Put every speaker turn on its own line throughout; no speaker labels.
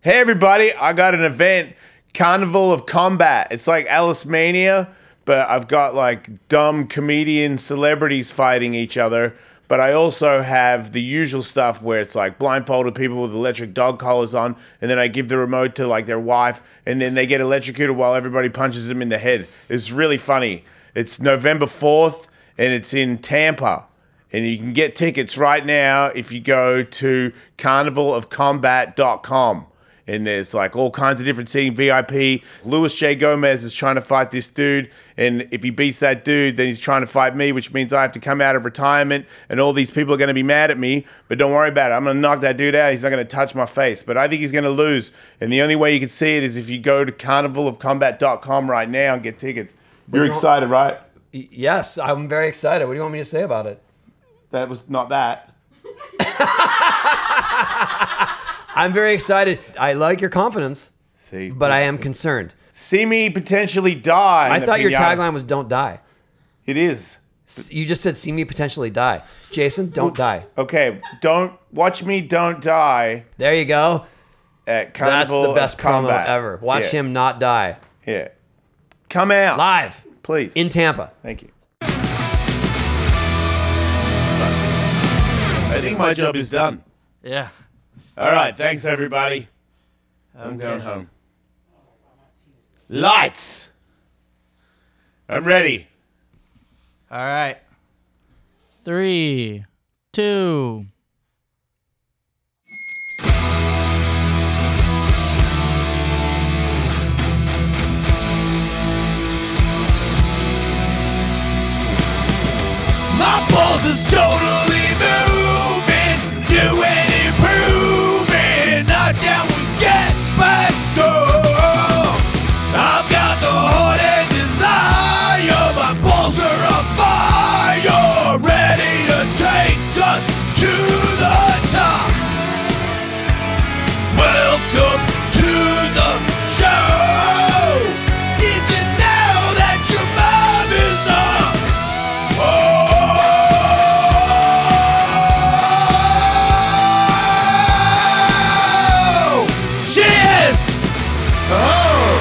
hey everybody, I got an event, Carnival of Combat. It's like Alice Mania, but I've got like dumb comedian celebrities fighting each other. But I also have the usual stuff where it's like blindfolded people with electric dog collars on, and then I give the remote to like their wife, and then they get electrocuted while everybody punches them in the head. It's really funny. It's November 4th, and it's in Tampa. And you can get tickets right now if you go to carnivalofcombat.com. And there's like all kinds of different seating VIP. Luis J. Gomez is trying to fight this dude. And if he beats that dude, then he's trying to fight me, which means I have to come out of retirement. And all these people are going to be mad at me. But don't worry about it. I'm going to knock that dude out. He's not going to touch my face. But I think he's going to lose. And the only way you can see it is if you go to carnivalofcombat.com right now and get tickets. You're excited, right?
Y- Yes, I'm very excited. What do you want me to say about it?
That was not that.
I'm very excited. I like your confidence,
See,
but I am concerned.
see me potentially die.
I
in the
thought your
piñata.
tagline was "Don't die."
It is
S- You just said "See me potentially die." Jason, don't die.
okay. Don't watch me. Don't die
There you go.
at
That's
Carnival.
the best
of Combat.
promo ever. Watch
Yeah,
him not die
Yeah. Come out,
live
please.
in Tampa.
Thank you. I think my job is done.
Yeah.
All right. Thanks, everybody. I'm going home. Lights. I'm ready.
All right. Three, two.
My pulse is totally moving, doing improving. Not down with get back up. I've got the heart and desire. My balls are on fire, ready to take us to the top. Welcome to the show. Did you know that your mom is a Oh! Shit! Oh!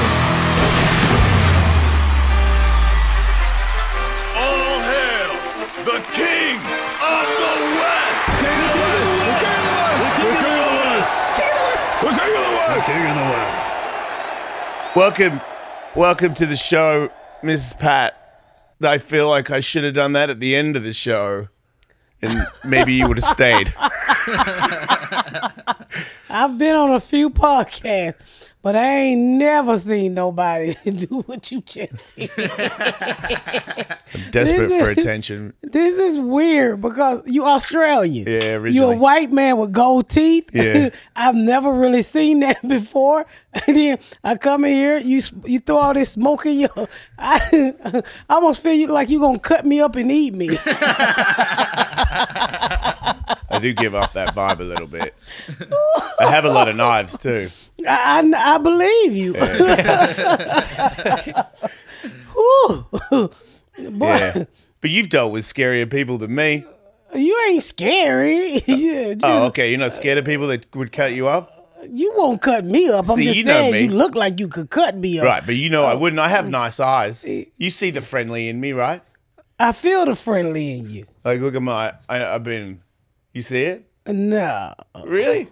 All hail the King of the West! King of the West! King of the West! King of the West! King of the West! King of the West!
Welcome, welcome to the show, Mrs. Pat. I feel like I should have done that at the end of the show, and maybe you would have stayed.
I've been on a few podcasts, but I ain't never seen nobody do what you just did.
Desperate
This is-
for attention.
This is weird because you Australian.
Yeah,
You're
originally.
a white man with gold teeth.
Yeah.
I've never really seen that before. And then I come in here, you s- you throw all this smoke in your. I, I almost feel you like you're going to cut me up and eat me.
I do give off that vibe a little bit. I have a lot of knives too.
I, I, I believe you. Whew. Boy,
Yeah, but you've dealt with scarier people than me.
you ain't scary. you, just,
Oh, okay. You're not scared of people that would cut you up,
you won't cut me up. I'm
See,
just
you know
saying,
me.
you look like you could cut me up.
right? But you know I wouldn't. I have nice eyes. You see the friendly in me, right?
I feel the friendly in you.
Like, look at my. I, I've been. You see it?
No,
Really?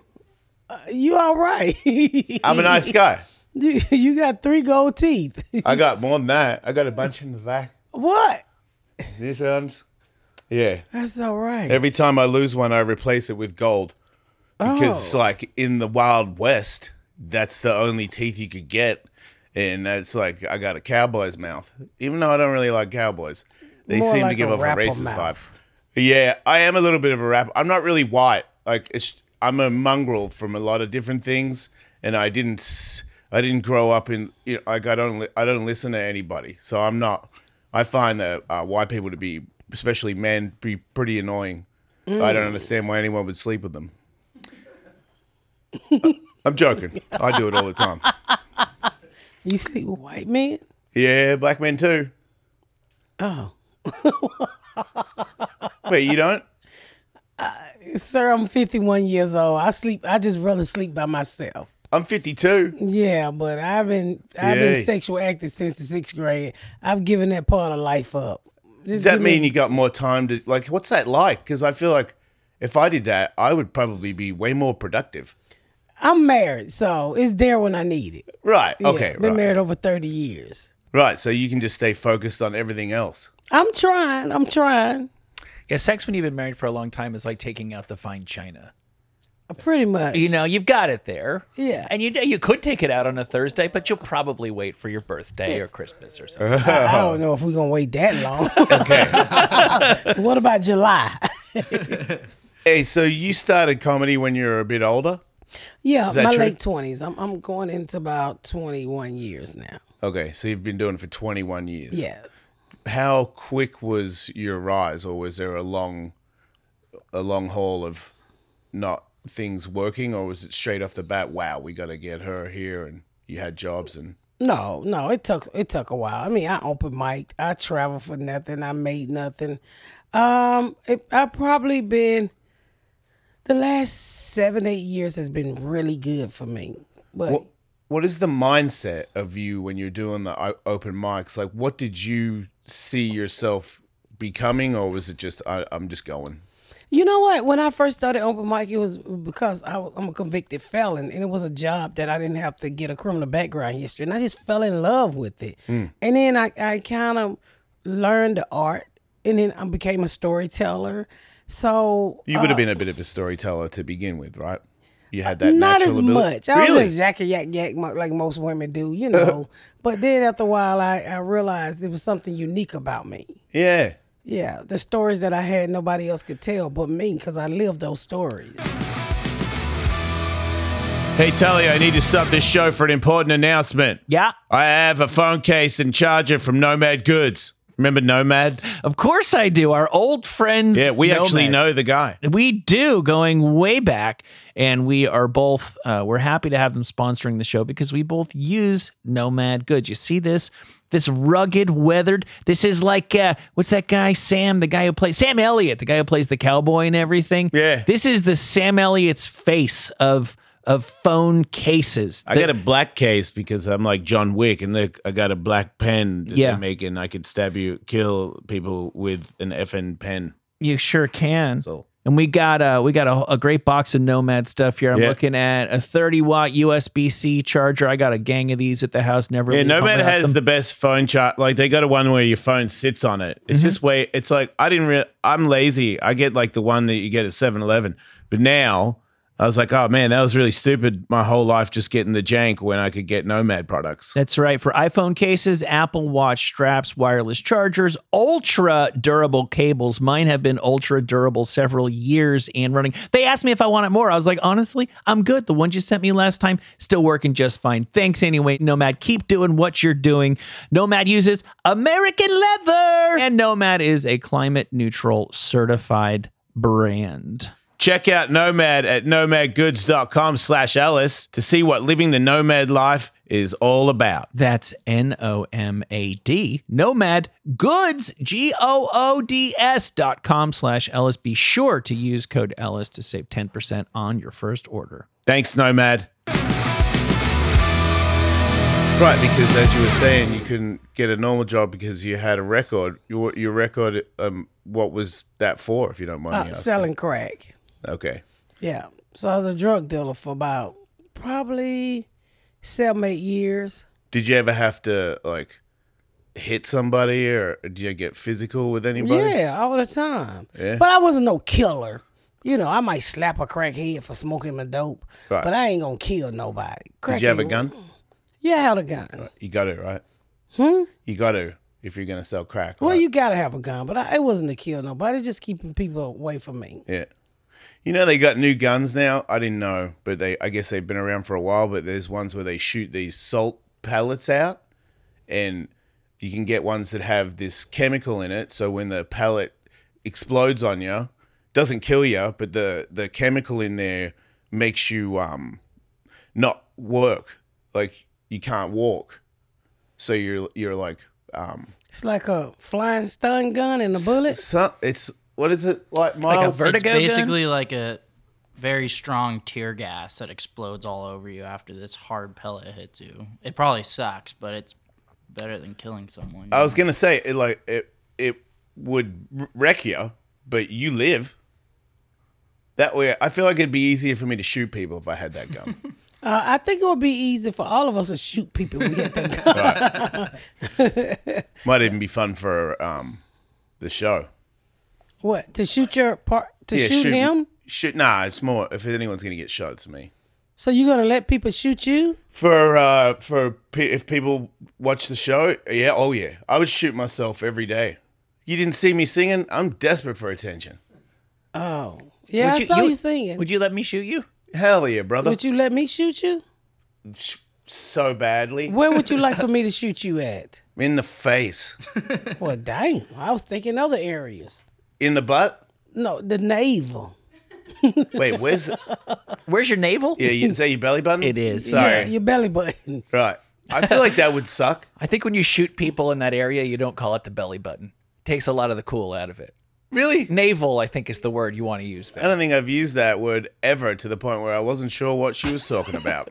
you all right.
I'm a nice guy.
you, you got three gold teeth.
I got more than that. I got a bunch in the back.
what?
These ones. Yeah.
That's all right.
Every time I lose one, I replace it with gold. Because, like, in the Wild West, that's the only teeth you could get. And that's like, I got a cowboy's mouth. Even though I don't really like cowboys, they
More
seem to
like
give
a
off a
rapper
racist
mouth.
vibe. Yeah, I am a little bit of a rapper. I'm not really white. Like, it's, I'm a mongrel from a lot of different things. And I didn't, s- I didn't grow up in, you know, like, I don't, li- I don't listen to anybody. So I'm not, I find that uh, white people to be, especially men, be pretty annoying. I
Mm.
don't understand why anyone would sleep with them. I'm joking. I do it all the time.
you see, white man.
Yeah, black men too.
Oh,
Wait, you don't?
sir, I'm 51 years old. I sleep. I just rather sleep by myself.
I'm 52.
Yeah, but I've been I've
Yay.
been sexual active since the sixth grade. I've given that part of life up.
Does that mean you got more time to like? What's that like? Because I feel like if I did that, I would probably be way more productive.
I'm married, so it's there when I need it.
Right.
Yeah,
Okay.
been
right.
married over thirty years.
Right. So you can just stay focused on everything else.
I'm trying. I'm trying.
Yeah, sex when you've been married for a long time is like taking out the fine china.
Pretty much.
You know, you've got it there.
Yeah.
And you you could take it out on a Thursday, but you'll probably wait for your birthday or Christmas
Uh-huh.
or something.
I don't know if we're gonna wait that long. okay. what about July?
Hey, so you started comedy when you were a bit older.
Yeah,
that
my
true?
late twenties. I'm I'm going into about twenty one years now.
Okay, so you've been doing it for 21 years.
Yeah.
How quick was your rise, or was there a long, a long haul of not things working, or was it straight off the bat? Wow, we got to get her here, and you had jobs, and
No, no, it took it took a while. I mean, I open mic, I travel for nothing, I made nothing. Um, it, I probably been the last seven eight years has been really good for me, but
what, what is the mindset of you when you're doing the o- open mics? Like, what did you see yourself becoming, or was it just I, I'm just going?
You know what? When I first started open mic, it was because I, am a convicted felon, and it was a job that I didn't have to get a criminal background history, and I just fell in love with it.
Mm.
And then I, I kind of learned the art, and then I became a storyteller. So
You would have been a bit of a storyteller to begin with, right? You had that
not
natural
as
ability.
much. I
really?
was yak yak yak mo- like most women do, you know. but then after a while, I, I realized it was something unique about me.
yeah.
Yeah, the stories that I had nobody else could tell but me because I lived those stories.
Hey, Tully, I need to stop this show for an important announcement.
Yeah.
I have a phone case and charger from Nomad Goods. Remember Nomad?
Of course I do. Our old friends.
Yeah, we actually
Nomad.
know the guy.
We do going way back, and we are both. Uh, we're happy to have them sponsoring the show because we both use Nomad Goods. You see this, this rugged, weathered. This is like uh, what's that guy Sam, the guy who plays Sam Elliott, the guy who plays the cowboy and everything.
Yeah.
this is the Sam Elliott's face of of phone cases.
I got a black case because I'm like John Wick, and look, I got a black pen that
Yeah.
they make, and I could stab you, kill people with an FN pen.
You sure can.
So
And we got uh we got a, a great box of Nomad stuff here. I'm
Yeah.
looking at a 30 watt USB C charger. I got a gang of these at the house. Never
yeah,
leave home
Nomad
without
has
them.
the best phone chart. Like they got a one where your phone sits on it.
Mm-hmm.
It's just way. It's like I didn't. Re- I'm lazy. I get like the one that you get at 7-Eleven. But now I was like, oh man, that was really stupid. My whole life just getting the jank when I could get Nomad products.
That's right. For iPhone cases, Apple Watch straps, wireless chargers, ultra durable cables. Mine have been ultra durable several years and running. They asked me if I wanted more. I was like, honestly, I'm good. The ones you sent me last time still working just fine. Thanks anyway, Nomad. Keep doing what you're doing. Nomad uses American leather, and Nomad is a climate neutral certified brand.
Check out Nomad at nomadgoods.com slash Alice to see what living the nomad life is all about.
That's N O M A D, Nomad Goods, G O O D S dot com slash Ellis. Be sure to use code Ellis to save 10% on your first order.
Thanks, Nomad. Right, because as you were saying, you couldn't get a normal job because you had a record. Your your record, um, what was that for? If you don't mind me
Uh,
asking.
selling crack.
Okay,
Yeah. So I was a drug dealer for about probably seven, eight years.
did you ever have to like hit somebody, or did you get physical with anybody?
Yeah, all the time.
Yeah.
But I wasn't no killer. You know, I might slap a crackhead for smoking my dope,
Right.
but I ain't gonna kill nobody. Crack
Did you have a
ain't-
gun?
Yeah, I had a gun.
You got to right? Hmm. You got to if you're gonna sell crack.
Well,
right?
you gotta have a gun, but I, it wasn't to kill nobody. It's Just keeping people away from me.
Yeah. You know they got new guns now. I didn't know, but they I guess they've been around for a while. But there's ones where they shoot these salt pellets out, and you can get ones that have this chemical in it. So when the pellet explodes on you, doesn't kill you, but the the chemical in there makes you um not work. Like you can't walk, so you're you're like um
It's like a flying stun gun and a bullet.
So, it's what is it like? Miles?
vertigo
It's basically like a
very strong tear gas that explodes all over you after this hard pellet hits you. It probably sucks, but it's better than killing someone.
I was gonna say it like it it would wreck you, but you live. That way, I feel like it'd be easier for me to shoot people if I had that gun.
Uh, I think it would be easy for all of us to shoot people. if We had that gun.
Might even be fun for um, the show.
what to shoot your part to shoot, him?
Shoot, nah. It's more if anyone's gonna get shot, it's me.
So you gonna let people shoot you?
For uh, for pe- if people watch the show, yeah, oh yeah, I would shoot myself every day. You didn't see me singing. I'm desperate for attention.
Oh, yeah, I saw you, singing. Would
Would you let me shoot you?
Hell yeah,
you,
brother.
let me shoot you?
so badly
Where would you like for me to shoot you at?
in the face,
Well, dang, I was thinking other areas.
in the butt.
No, the navel.
Wait, where's the,
Where's your navel?
yeah? You, is that your belly button?
It is.
Sorry.
Yeah, your belly button.
Right. I feel like that would suck.
I think when you shoot people in that area, you don't call it the belly button. takes a lot of the cool out of it.
Really?
Navel, I think, is the word you want to use
I
there.
don't think I've used that word ever to the point where I wasn't sure what she was talking about.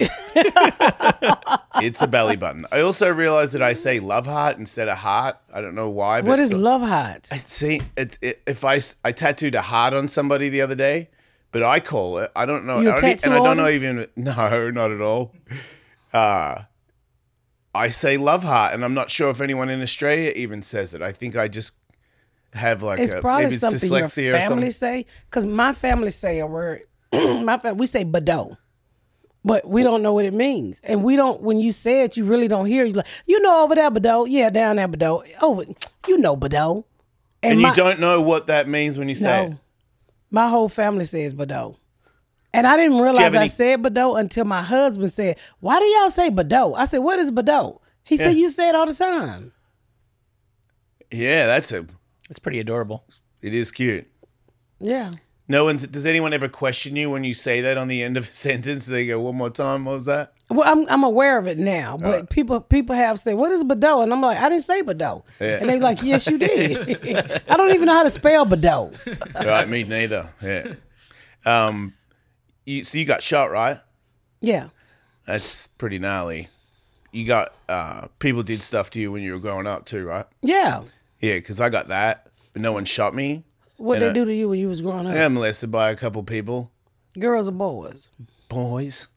it's a belly button. I also realized that I say love heart instead of heart. I don't know why. But
What is
so-
love hot?
I see. It, it, if I s- I tattooed a heart on somebody the other day, but I call it. I don't know.
You a
I don't, e- and I
tattoo
don't know
artist?
even. No, not at all. Uh I say love heart, and I'm not sure if anyone in Australia even says it. I think I just have like
It's
a
probably
maybe it's
something your
dyslexia or something.
family say. Cause my family say a word. my family we say Bado. But we don't know what it means. And we don't when you say it, you really don't hear you like, you know over there Bado. Yeah, down there Bado. Oh you know Bado.
And
my,
you don't know what that means when you say it.
no. My whole family says Bado. And I didn't realize
have
I
any-
said Bado until my husband said, Why do y'all say Bado? I said, What is Bado? He said, You say it all the time.
Yeah, that's a.
It's pretty adorable.
It is cute.
Yeah.
No one's. Does anyone ever question you when you say that on the end of a sentence? They go, "One more time, what was that?"
Well, I'm I'm aware of it now, but people people have said, "What is Bado?" and I'm like, "I didn't say Bado," and they're like, "Yes, you did." I don't even know how to spell Bado.
right, me neither. Yeah. Um, you, so you got shot, right?
Yeah,
That's pretty gnarly. You got uh, people did stuff to you when you were growing up too, right?
yeah.
Yeah, because I got that, but no one shot me.
What they
And, uh,
do to you when you was growing up,
I got molested by a couple people,
girls or boys?
boys.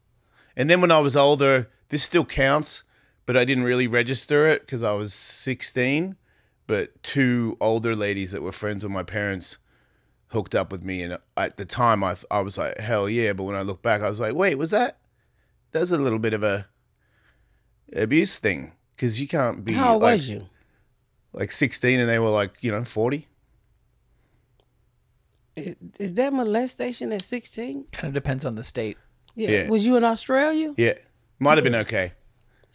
And then when I was older, this still counts, but I didn't really register it because I was 16. But two older ladies that were friends with my parents hooked up with me, and at the time I th- I was like, hell yeah. But when I look back, I was like, wait, was that? That's a little bit of a abuse thing because you can't be
How old
like,
was you?
like 16 and they were like, you know, 40.
Is, is that molestation at 16?
Kind of depends on the state.
Yeah.
Yeah.
Was you in Australia?
Yeah. Might have been okay.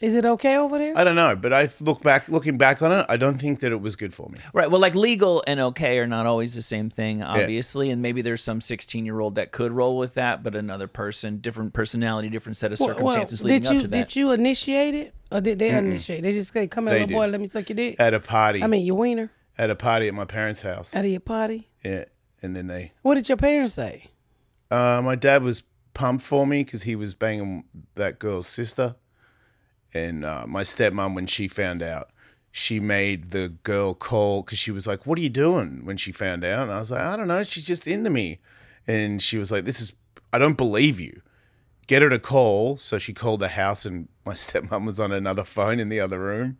Is it okay over there?
I don't know, but I look back, looking back on it, I don't think that it was good for me.
Right. Well, like legal and okay are not always the same thing, obviously. And maybe there's some 16 year old that could roll with that, but another person, different personality, different set of
Well, well,
circumstances
did
leading
you
up to that.
did you initiate it or did they initiate? They just say, "Come here,
They
little
did.
boy, let me suck your dick."
At a party,
I mean, your wiener
at a party at my parents' house.
out of your potty.
Yeah. And then they,
What did your parents say?
uh, my dad was pumped for me because he was banging that girl's sister. And uh, my stepmom, when she found out, she made the girl call because she was like, What are you doing? When she found out. And I was like, I don't know. She's just into me. And she was like, This is, I don't believe you. Get her to call. So she called the house, and my stepmom was on another phone in the other room.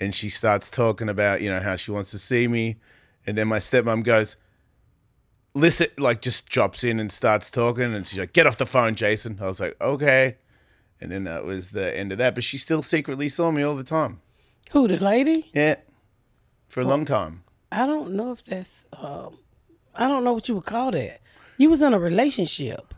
And she starts talking about, you know, how she wants to see me. And then my stepmom goes, Listen, like just drops in and starts talking. And she's like, Get off the phone, Jason. I was like, Okay. And then that was the end of that. But she still secretly saw me all the time.
Who the lady?
Yeah. For a long time.
I don't know if that's. Um, I don't know what you would call that. You was in a relationship.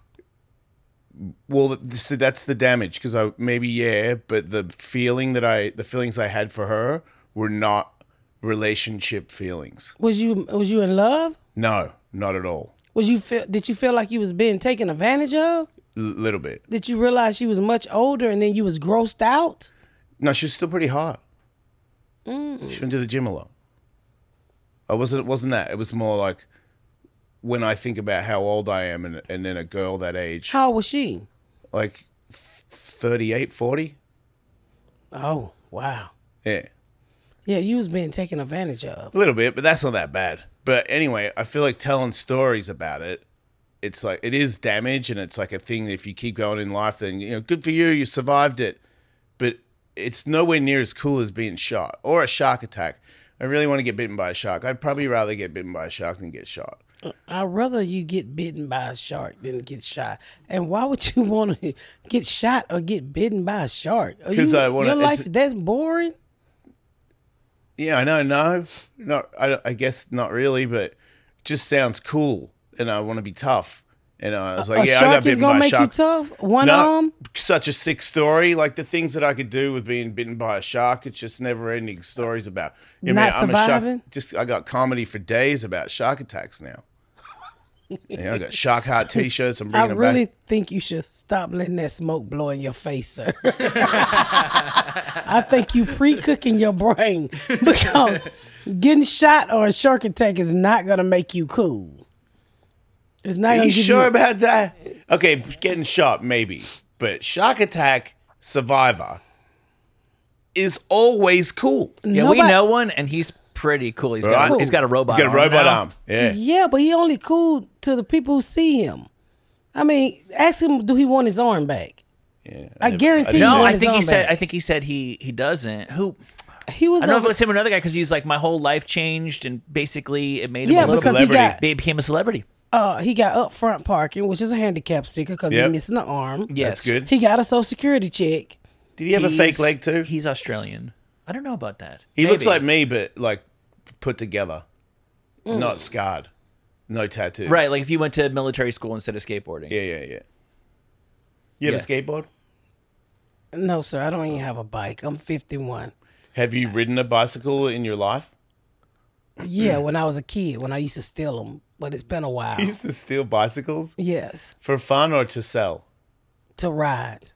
Well, th- so that's the damage because I maybe yeah, but the feeling that I the feelings I had for her were not relationship feelings.
Was you was you in love?
No, not at all.
Was you feel? Did you feel like you was being taken advantage of?
L- little bit.
Did you realize she was much older and then you was grossed out?
No, she's still pretty hot. She went to the gym a lot. I wasn't. It wasn't that. It was more like when I think about how old I am and, and then a girl that age,
How old was she?
like th- 38, 40.
Oh, wow.
Yeah.
Yeah, you was being taken advantage of.
A little bit, but that's not that bad. But anyway, I feel like telling stories about it, it's like it is damage and it's like a thing that if you keep going in life, then you know, good for you, you survived it. But it's nowhere near as cool as being shot or a shark attack. I really want to get bitten by a shark. I'd probably rather get bitten by a shark than get shot.
I'd rather you get bitten by a shark than get shot. And why would you want to get shot or get bitten by a shark? Are
'Cause
you-
I wanna-
Your
it's-
life that's boring.
Yeah, I know, no, not. I, I guess not really, but just sounds cool, and I want to be tough. And I was like,
a
yeah, I got
shark is
bitten
gonna
by a
make you
shark.
tough. One
No,
arm.
such a sick story. Like the things that I could do with being bitten by a shark, it's just never ending stories about. Yeah,
Not
I'm a
surviving?
shark. Just I got comedy for days about shark attacks now. yeah, I got shark heart t-shirts. I'm
I
bringing them
really
back.
think you should stop letting that smoke blow in your face, sir. I think you pre-cooking your brain because getting shot or a shark attack is not gonna make you cool. It's not
Are
gonna
you
give
sure
you
about that? Okay, getting shot maybe, but shark attack survivor is always cool.
Yeah, we
Nobody-
know one, and he's pretty cool. He's got
Right?
a, he's got a robot.
He's got a robot
now.
arm. Yeah.
Yeah, but he only cool to the people who see him. I mean, ask him, do he want his arm back?
yeah.
I
never-
guarantee you
No,
want
I
his
think he
arm
said.
back.
I think he said he he doesn't. Who
he was
I don't know if
over-
it was him or another guy because he's like my whole life changed, and basically it made
yeah,
him a little
because
bit.
he
celebrity.
got
They became a celebrity.
uh, he got up front parking, which is a handicap sticker because
Yep.
he's missing an arm.
Yes,
good.
He got a social security check.
Did he have a fake leg too? He,
He's Australian. I don't know about that.
looks
Maybe.
like me, but like put together,
Mm.
not scarred, no tattoos.
right, like if you went to military school instead of skateboarding.
yeah, yeah, yeah. You have a skateboard?
No, sir, I don't even have a bike. I'm 51.
Have you ridden a bicycle in your life?
Yeah, when I was a kid, when I used to steal them, but it's been a while.
You used to steal bicycles
yes,
for fun or to sell?
to ride.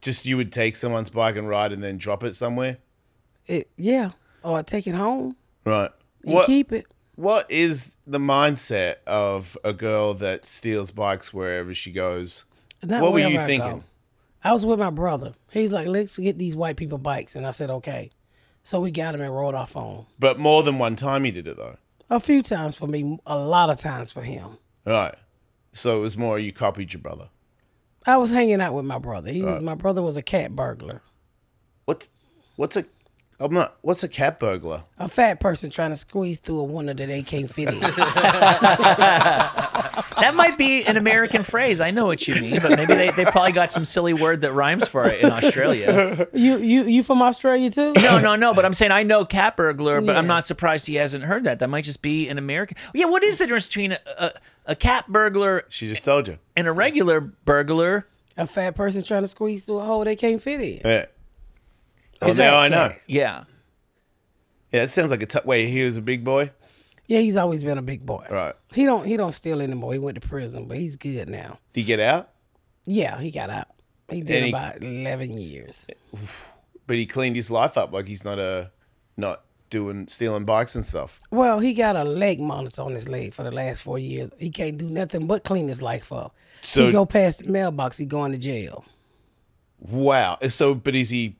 Just you would take someone's bike and ride and then drop it somewhere.
It, yeah, or I take it home
Right.
and
What
keep it.
What is the mindset of a girl that steals bikes wherever she goes?
Not
What were
wherever
you
I go.
thinking?
I was with my brother. He's like, let's get these white people bikes. And I said, okay. So we got them and rode off on 'em.
But more than one time you did it though.
A few times for me, a lot of times for him.
Right. So it was more you copied your brother.
I was hanging out with my brother. He was my brother was a cat burglar,
What's what's a I'm not what's a cat burglar?
a fat person trying to squeeze through a window that they can't fit in.
That might be an American phrase. I know what you mean, but maybe they, they probably got some silly word that rhymes for it in Australia.
you you you from Australia too?
No, no, no. But I'm saying I know cat burglar, but I'm
Yeah.
not surprised he hasn't heard that. That might just be an American. Yeah, what is the difference between a, a, a cat burglar
She just told you.
and a regular burglar?
A fat person trying to squeeze through a hole they can't fit in.
Uh, Yeah. Well,
Is that
now
a
I Oh, know.
cat?
Yeah.
Yeah, it sounds like a t- wait. He was a big boy.
Yeah, he's always been a big boy.
Right.
He don't he don't steal anymore. He went to prison, but he's good now.
Did he get out?
Yeah, he got out. He did
And he-
about eleven years.
But he cleaned his life up. Like he's not a not doing stealing bikes and stuff.
Well, he got a leg monitor on his leg for the last four years. He can't do nothing but clean his life up.
So-
he go past the mailbox, he going to jail.
Wow. So, but is he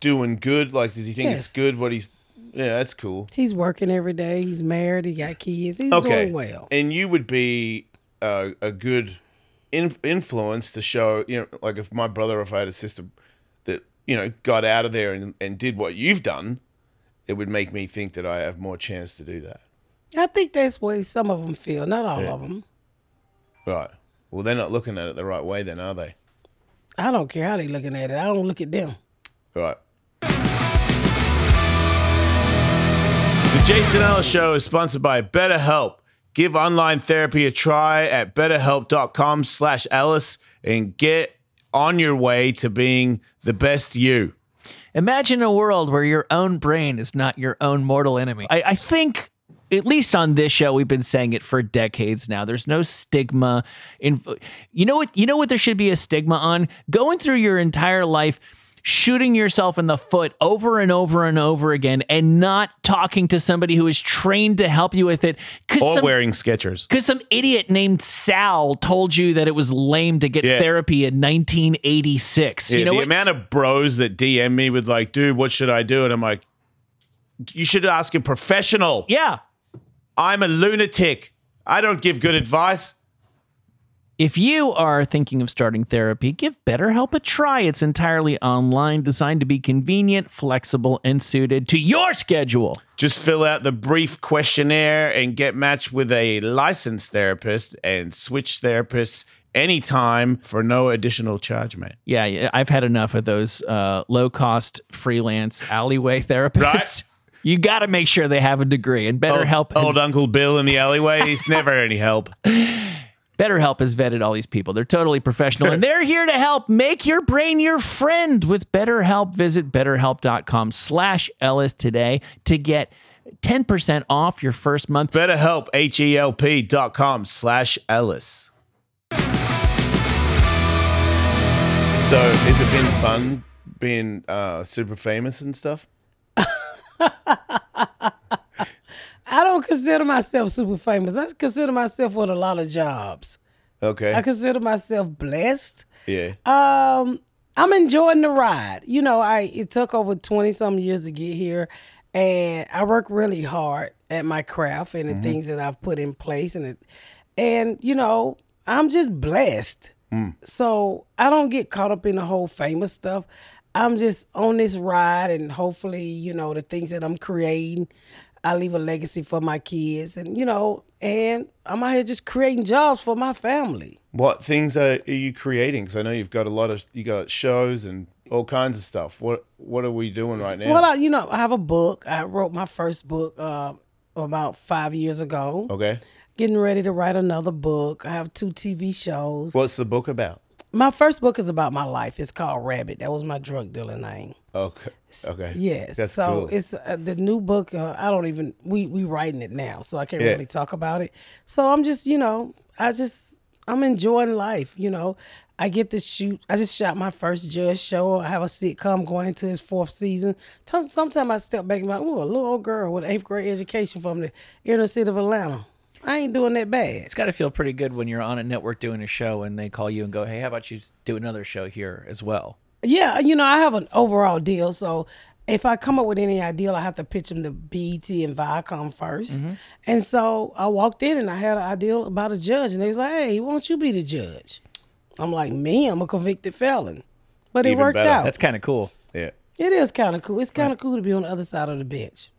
doing good? Like, does he think it's
Yes.
good? What he's yeah, that's cool.
He's working every day. He's married. He got kids. He's
Okay.
doing well.
And you would be uh, a good in- influence to show you know, like if my brother, or if I had a sister that you know got out of there and and did what you've done, it would make me think that I have more chance to do that.
I think that's what some of them feel. Not all of 'em. of them.
Right. Well, they're not looking at it the right way, then, are they?
I don't care how they looking at it. I don't look at them.
Right. The Jason Ellis Show is sponsored by BetterHelp. Give online therapy a try at betterhelp.com slash Ellis and get on your way to being the best you.
Imagine a world where your own brain is not your own mortal enemy. I, I think, at least on this show, we've been saying it for decades now. There's no stigma. In you know what you know what there should be a stigma on going through your entire life. shooting yourself in the foot over and over and over again and not talking to somebody who is trained to help you with it.
Or
Because some,
wearing Skechers.
'cause some idiot named Sal told you that it was lame to get
Yeah.
therapy in 1986.
Yeah,
you know
the
what?
amount of bros that DM me with like, dude, what should I do? And I'm like, you should ask a professional.
yeah.
I'm a lunatic. I don't give good advice.
If you are thinking of starting therapy, give BetterHelp a try. It's entirely online, designed to be convenient, flexible, and suited to your schedule.
Just fill out the brief questionnaire and get matched with a licensed therapist and switch therapists anytime for no additional charge, mate.
Yeah, yeah, I've had enough of those uh, low cost freelance alleyway therapists.
Right. oh.
You got to make sure they have a degree, and BetterHelp
Old
has,
Uncle Bill in the alleyway, he's never any help.
BetterHelp has vetted all these people. They're totally professional, and they're here to help make your brain your friend with BetterHelp. Visit BetterHelp.com/ellis today to get ten percent off your first month.
BetterHelp, H-E-L-P dot com slash Ellis. So has it been fun being uh, super famous and stuff?
I don't consider myself super famous. I consider myself with a lot of jobs.
Okay.
I consider myself blessed.
yeah.
Um, I'm enjoying the ride. You know, I it took over twenty some years to get here, and I work really hard at my craft and the things that I've put in place, and it, and you know, I'm just blessed. So I don't get caught up in the whole famous stuff. I'm just on this ride, and hopefully, you know, the things that I'm creating, I leave a legacy for my kids, and you know, and I'm out here just creating jobs for my family.
What things are, are you creating? Because I know you've got a lot of you got shows and all kinds of stuff. What What are we doing right now?
Well, I, you know, I have a book. I wrote my first book uh, about five years ago.
okay.
Getting ready to write another book. I have two TV shows.
What's the book about?
my first book is about my life. It's called Rabbit. That was my drug dealer name.
Okay. Okay.
Yes.
That's
so
cool.
it's uh, the new book. Uh, I don't even we we writing it now, so I can't
Yeah.
really talk about it. So I'm just you know I just I'm enjoying life. You know I get to shoot. I just shot my first judge show. I have a sitcom going into its fourth season. Tom- Sometimes I step back and be like, oh, a little old girl with eighth grade education from the inner city of Atlanta. I ain't doing that bad.
It's got to feel pretty good when you're on a network doing a show and they call you and go, "Hey, how about you do another show here as well?"
Yeah, you know, I have an overall deal. So if I come up with any ideal, I have to pitch them to BET and Viacom 1st And so I walked in and I had an ideal about a judge, and they was like, "Hey, won't you be the judge?" I'm like, "Me, I'm a convicted felon," but it
Even
worked
better.
out.
That's kind of cool.
yeah.
it is kind of cool. It's kind of cool to be on the other side of the bench.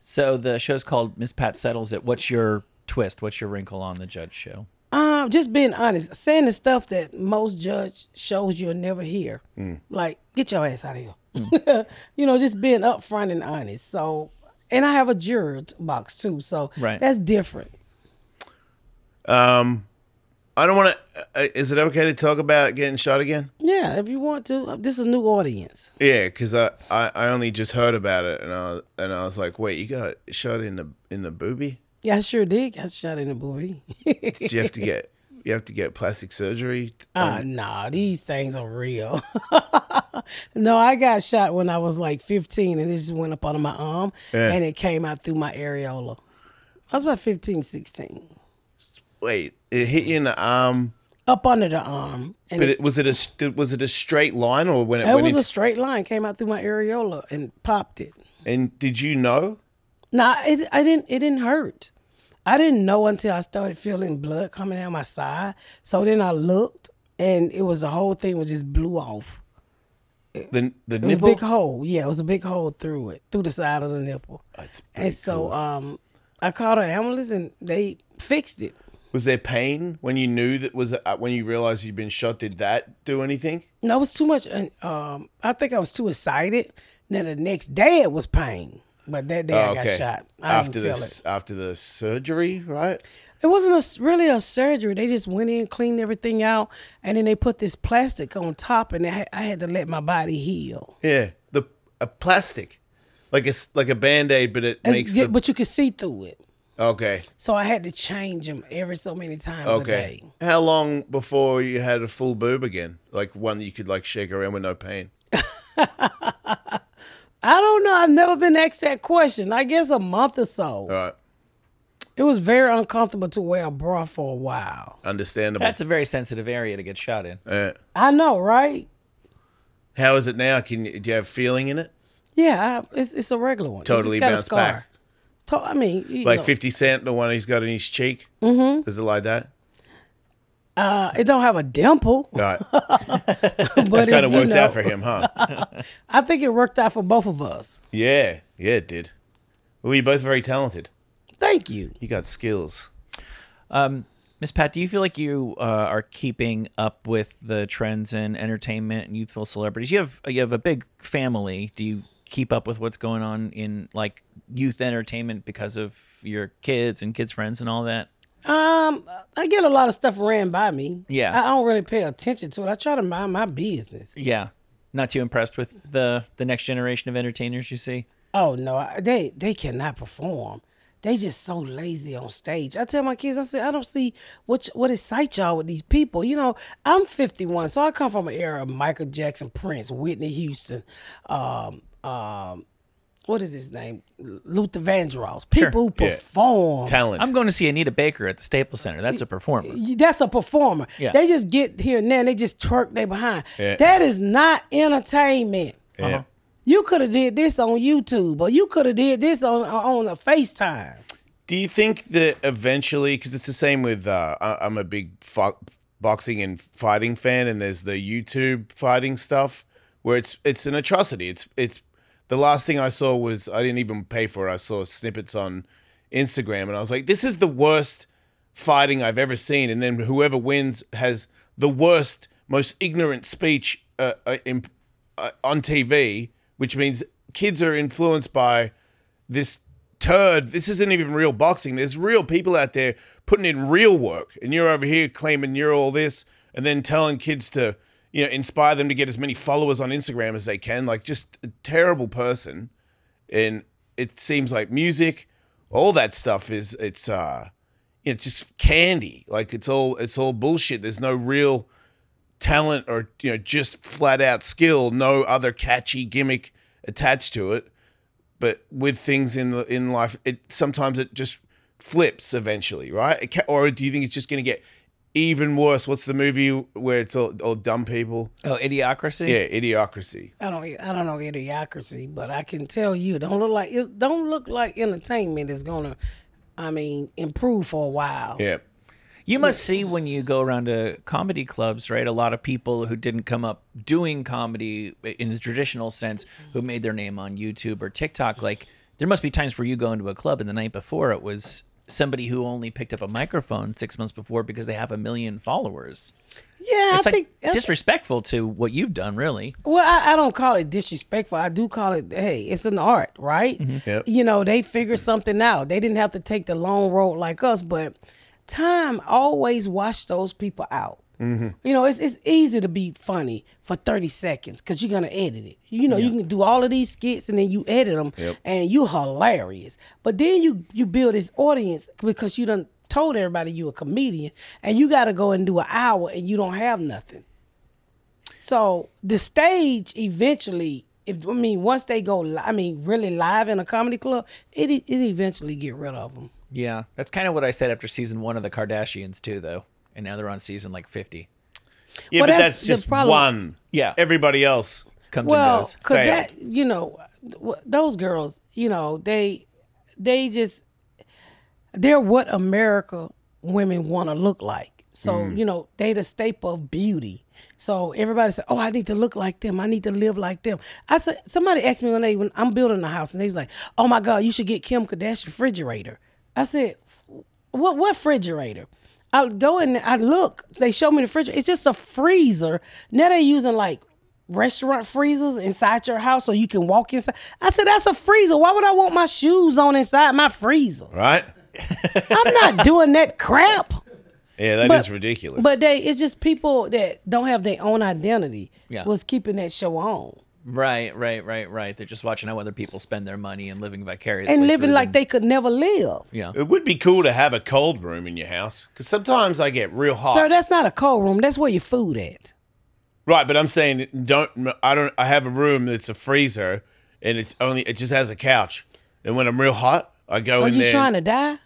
So the show's called Miss Pat Settles It. What's your twist? What's your wrinkle on the judge show?
Um, just being honest, saying the stuff that most judge shows you'll never hear. Like, get your ass out of here. you know, just being upfront and honest. So, and I have a juror box too, so
Right.
that's different.
I don't want to. Uh, is it okay to talk about getting shot again?
Yeah, if you want to, uh, this is a new audience.
Yeah, because I, I, I only just heard about it and I was, and I was like, wait, you got shot in the in the boobie?
Yeah, I sure did. Got shot in the booty.
Did you have to get you have to get plastic surgery?
Ah, nah, these things are real. no, I got shot when I was like 15, and it just went up under my arm,
Yeah.
and it came out through my areola. I was about 15, 16.
Wait, it hit you in the arm,
up under the arm, and
but
it,
it, was it a st- was it a straight line or when it,
it
went
was
into,
a straight line came out through my areola and popped it.
and did you know?
Nah, it I didn't it didn't hurt. I didn't know until I started feeling blood coming down my side. So then I looked, and it was the whole thing was just blew off.
The the
It was
nipple.
a big hole. Yeah, it was a big hole through it, through the side of the nipple.
That's Oh, pretty
And so,
cool.
um, I called an ambulance, and they fixed it.
was there pain when you knew that was uh, when you realized you'd been shot? Did that do anything?
No, it was too much. uh, Um, I think I was too excited. Then the next day it was pain, but that day I got shot. I
Oh, after
didn't feel
this,
it.
after the surgery, right?
It wasn't a s really a surgery. They just went in, cleaned everything out, and then they put this plastic on top, and I had, I had to let my body heal.
Yeah, the a plastic, like it's like a band aid, but it
It's-
makes
yeah,
the
but you could see through it,
okay,
so I had to change them every so many times a
okay.
day.
How long before you had a full boob again, like one that you could like shake around with no pain?
I don't know. I've never been asked that question. I guess a month or so.
Right.
It was very uncomfortable to wear a bra for a while.
Understandable.
That's a very sensitive area to get shot in.
Yeah.
I know, right?
How is it now? Can you, do you have feeling in it?
Yeah, I, it's, it's a regular one. It's just
Totally
got a
bounce
scar.
back.
To- I mean, you
Like
know,
50 Cent, the one he's got in his cheek? Mm-hmm. Is it like that?
uh, it don't have a dimple,
All right.
but
kind
it's,
of
you
worked
know,
out for him, huh?
I think it worked out for both of us.
yeah. Yeah, it did. Well, you're both very talented.
Thank you.
You got skills.
Miss Pat, do you feel like you uh, are keeping up with the trends in entertainment and youthful celebrities? You have you have a big family. Do you keep up with what's going on in like youth entertainment because of your kids and kids' friends and all that?
Um, I get a lot of stuff ran by me.
Yeah.
I, I don't really pay attention to it. I try to mind my business.
Yeah, not too impressed with the the next generation of entertainers you see.
Oh no, I, they they cannot perform. They just so lazy on stage. I tell my kids, I say, I don't see what y- what excite y'all with these people. You know, I'm 51, so I come from an era of Michael Jackson, Prince, Whitney Houston, um, um, what is his name, Luther Vandross. People who
Yeah.
perform.
Talent.
I'm going to see Anita Baker at the Staples Center. That's a performer.
You- That's a performer.
Yeah.
They just get here and there and they just twerk they behind.
Yeah.
That is not entertainment.
yeah.
You could have did this on YouTube or you could have did this on on a FaceTime.
Do you think that eventually, because it's the same with, uh, I, I'm a big fo- boxing and fighting fan, and there's the YouTube fighting stuff where it's it's an atrocity. It's it's the last thing I saw was I didn't even pay for it. I saw snippets on Instagram, and I was like, this is the worst fighting I've ever seen. And then whoever wins has the worst, most ignorant speech uh, uh, in, uh, on TV, which means kids are influenced by this turd. This isn't even real boxing. There's real people out there putting in real work, and you're over here claiming you're all this, and then telling kids to, you know, inspire them to get as many followers on Instagram as they can. Like, just a terrible person. And it seems like music, all that stuff is it's uh, you know, just candy. Like it's all it's all bullshit. There's no real talent or you know just flat out skill. No other catchy gimmick attached to it but with things in the, in life, it sometimes it just flips eventually, right? It ca- or do you think it's just going to get even worse? What's the movie where it's all, all dumb people?
Oh, Idiocracy.
Yeah, Idiocracy.
I don't I don't know idiocracy, but I can tell you don't look like it don't look like entertainment is gonna I mean improve for a while.
Yeah,
You must see when you go around to comedy clubs, right? A lot of people who didn't come up doing comedy in the traditional sense who made their name on YouTube or TikTok. Like, there must be times where you go into a club and the night before it was somebody who only picked up a microphone six months before because they have a million followers.
Yeah,
It's
I
like
think I think-
disrespectful to what you've done, really.
Well, I, I don't call it disrespectful. I do call it, hey, it's an art, right?
Yep.
You know, they figured something out. They didn't have to take the long road like us, but time always washed those people out. You know, it's it's easy to be funny for thirty seconds because you're gonna edit it. You know, you can do all of these skits and then you edit them, and you hilarious. But then you you build this audience because you done told everybody you a comedian, and you got to go and do an hour and you don't have nothing. So the stage eventually, if I mean once they go, li- I mean really live in a comedy club, it e, it eventually get rid of them.
Yeah. That's kind of what I said after season one of The Kardashians, too, though. And now they're on season like 50.
yeah,
Well,
but
that's
that's,
the
just
problem.
one.
Yeah.
everybody else.
Comes and
Well,
goes.
cause
Fail.
that you know, wh- those girls, you know, they they just they're what America women want to look like. So you know, they the staple of beauty. So everybody said, "Oh, I need to look like them. I need to live like them." I said, somebody asked me one day when I'm building a house, and they was like, "Oh my God, you should get Kim Kardashian refrigerator." I said, what what refrigerator? I go in, I look. They show me the refrigerator. It's just a freezer. Now they're using like restaurant freezers inside your house, so you can walk inside. I said that's a freezer. Why would I want my shoes on inside my freezer?
Right?
I'm not doing that crap.
Yeah, that is
But-
ridiculous.
But they, it's just people that don't have their own identity.
Yeah.
Was keeping that show on
Right, right, right, right. They're just watching how other people spend their money and living vicariously.
and living
through
like
them.
they could never live.
it would be cool to have a cold room in your house because sometimes I get real hot.
Sir, that's not a cold room. That's where your food at.
Right, but I'm saying don't. I don't. I have a room that's a freezer, and it's only it just has a couch. And when I'm real hot, I go
Are
in
you
there.
trying to die?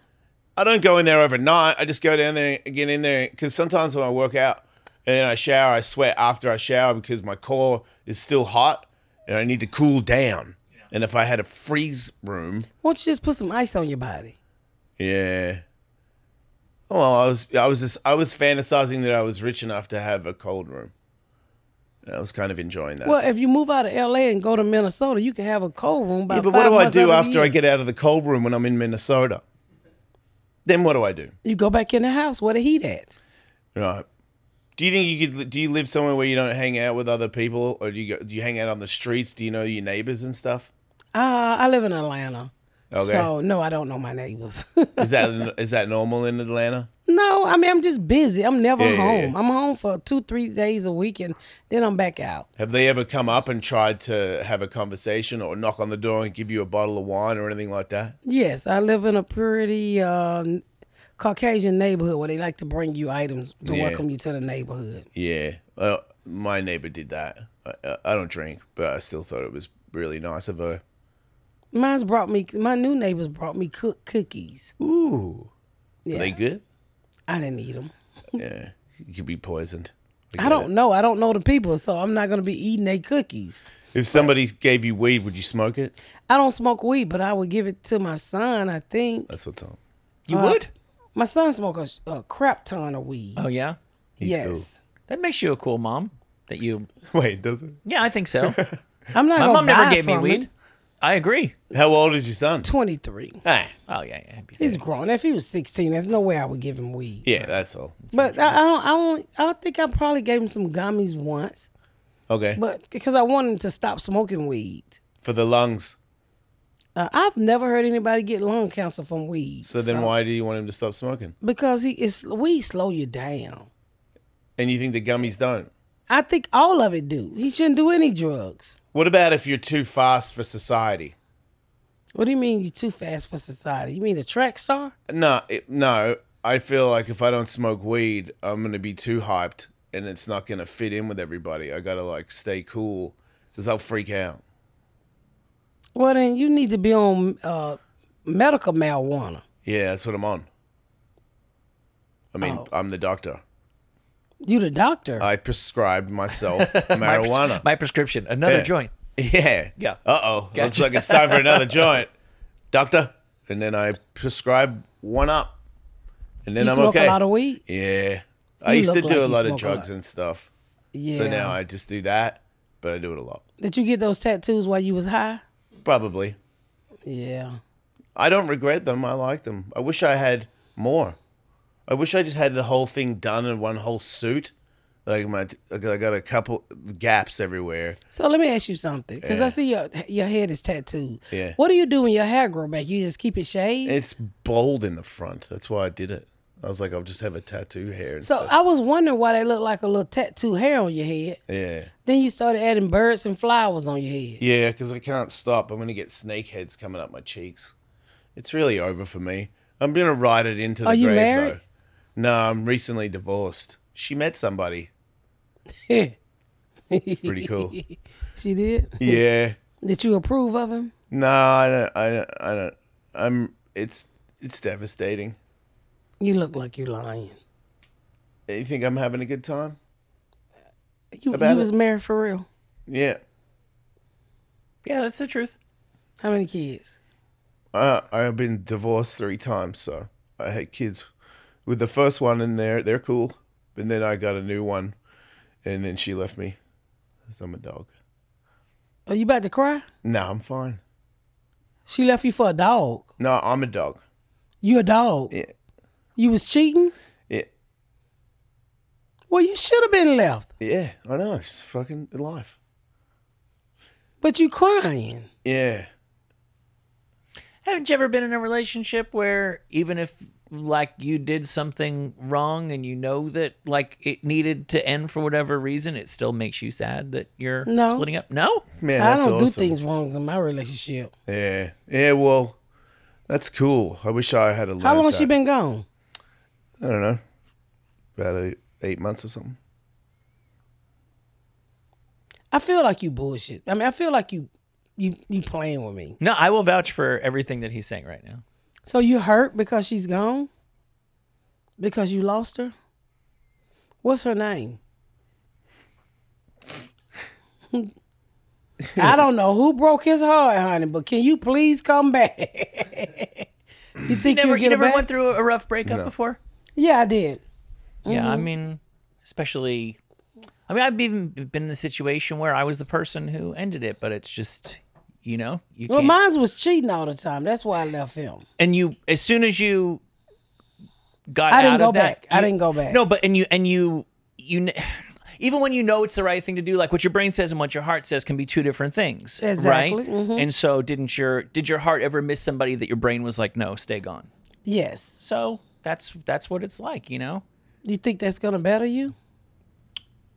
I don't go in there overnight. I just go down there and get in there because sometimes when I work out and then I shower, I sweat after I shower because my core is still hot and I need to cool down. And if I had a freeze room,
Why don't you just put some ice on your body?
yeah. Oh, Well, I was I was just I was fantasizing that I was rich enough to have a cold room. And I was kind of enjoying that.
Well, if you move out of LA and go to Minnesota, you can have a cold room. By
yeah, but
five
what do I
months out
do
of the
after I
year.
get out of the cold room when I'm in Minnesota? Then what do I do?
You go back in the house where the heat at.
Right. Do you think you could? Do you live somewhere where you don't hang out with other people, or do you go, do you hang out on the streets? Do you know your neighbors and stuff?
Uh, I live in Atlanta.
Okay.
So no, I don't know my neighbors.
Is that is that normal in Atlanta?
no, I mean I'm just busy. I'm never
Yeah, yeah,
home.
yeah.
I'm home for two, three days a week, and then I'm back out.
Have they ever come up and tried to have a conversation, or knock on the door and give you a bottle of wine or anything like that?
Yes, I live in a pretty um, Caucasian neighborhood where they like to bring you items to
Yeah.
welcome you to the neighborhood.
Yeah. Uh, my neighbor did that. I, I- I don't drink, but I still thought it was really nice of her.
Mine's brought me. My new neighbors brought me cook cookies.
Ooh.
Yeah,
Are they good?
I didn't eat them.
Yeah. You could be poisoned.
I
get
don't
it.
know. I don't know the people, so I'm not gonna be eating their cookies.
If somebody gave you weed, would you smoke it?
I don't smoke weed, but I would give it to my son. I think
That's what's on.
uh,
You would?
my son smokes a, a crap ton of weed.
Oh yeah.
He's
yes,
That makes you a cool mom. That you
cool. Wait, does it?
Yeah, I think so.
I'm not.
My
gonna
mom never
buy
gave me
from
weed.
him.
I agree.
How old is your son?
Twenty three.
Ah,
Oh yeah, yeah. I'd be
He's
dead.
grown. If he was sixteen, there's no way I would give him weed.
yeah, that's all.
But I, I don't. I don't. I think I probably gave him some gummies once,
Okay.
but because I wanted him to stop smoking weed.
For the lungs.
Uh, I've never heard anybody get lung cancer from weed.
So then why do you want him to stop smoking?
Because he is weed slow you down.
And you think the gummies don't?
I think all of it do. He shouldn't do any drugs.
What about if you're too fast for society?
What do you mean you too fast for society? You mean a track star?
No, it, no. I feel like if I don't smoke weed, I'm going to be too hyped and it's not going to fit in with everybody. I got to like stay cool because I'll freak out.
Well, then you need to be on uh, medical marijuana.
Yeah, that's what I'm on. I mean, I'm the doctor.
You the doctor.
I prescribed myself
My pres-
marijuana.
My prescription. Another
Yeah.
joint.
Yeah.
Yeah.
Uh oh. Looks like it's time for another joint, doctor. And then I prescribe one up, and then
you
I'm
smoke
okay.
a lot of weed.
yeah. I
You
used to
look
do a
like you
lot of
smoke a
drugs
lot.
and stuff.
Yeah.
So now I just do that, but I do it a lot.
Did you get those tattoos while you was high?
Probably.
Yeah.
I don't regret them. I like them. I wish I had more. I wish I just had the whole thing done in one whole suit. Like my, I got I got a couple gaps everywhere.
So let me ask you something, because
Yeah.
I see your your head is tattooed.
Yeah.
What do you do when your hair grow back? You just keep it shaved.
It's bold in the front. That's why I did it. I was like, I'll just have a tattoo here.
so
instead.
I was wondering why they look like a little tattoo hair on your head.
yeah.
Then you started adding birds and flowers on your head.
Yeah, because I can't stop. I'm going to get snake heads coming up my cheeks. It's really over for me. I'm going to ride it into the
Are you
grave,
married?
though. No, I'm recently divorced. She met somebody.
it's
Pretty cool.
she did.
yeah.
Did you approve of him?
No, I don't. I don't. I don't. I'm. It's. It's devastating.
You look like you're lying.
You think I'm having a good time?
You, you
About it.
was married for real.
Yeah.
Yeah, that's the truth.
How many kids?
Uh, I've been divorced three times, so I had kids with the first one, and they're they're cool. And then I got a new one, and then she left me. 'Cause I'm a dog.
Are Oh, you about to cry?
No, I'm fine.
She left you for a dog.
No, I'm a dog.
You a dog.
Yeah.
You was cheating?
Yeah,
Well, you should have been left.
yeah I know. It's fucking life.
But you crying.
Yeah.
Haven't you ever been in a relationship where even if like you did something wrong and you know that like it needed to end for whatever reason, it still makes you sad that you're
No.
splitting up? No?
Man,
I
that's
don't
awesome.
do things wrong in my relationship.
Yeah. Yeah, well, that's cool. I wish I had a
How long she been gone?
I don't know. About eight, eight months or something.
I feel like you bullshit. I mean, I feel like you you you playing with me.
No, I will vouch for everything that he's saying right now.
So you hurt because she's gone? Because you lost her? What's her name? I don't know who broke his heart, honey, but can you please come back? you think
Never,
you'll
you
get her
never
back?
went through a rough breakup before?
yeah, I did.
Yeah,
Mm.
I mean, especially. I mean, I've even been in the situation where I was the person who ended it, but it's just, you know, you
Well,
can't.
mine was cheating all the time. That's why I left him.
and you, as soon as you got
I didn't
out
go
of that,
back. I
you-
didn't go back.
No, but and you and you you. kn- Even when you know it's the right thing to do, like what your brain says and what your heart says can be two different things,
Exactly, Mm-hmm.
right? And so, didn't your did your heart ever miss somebody that your brain was like, no, stay gone?
Yes.
So that's that's what it's like, you know.
You think that's gonna better you?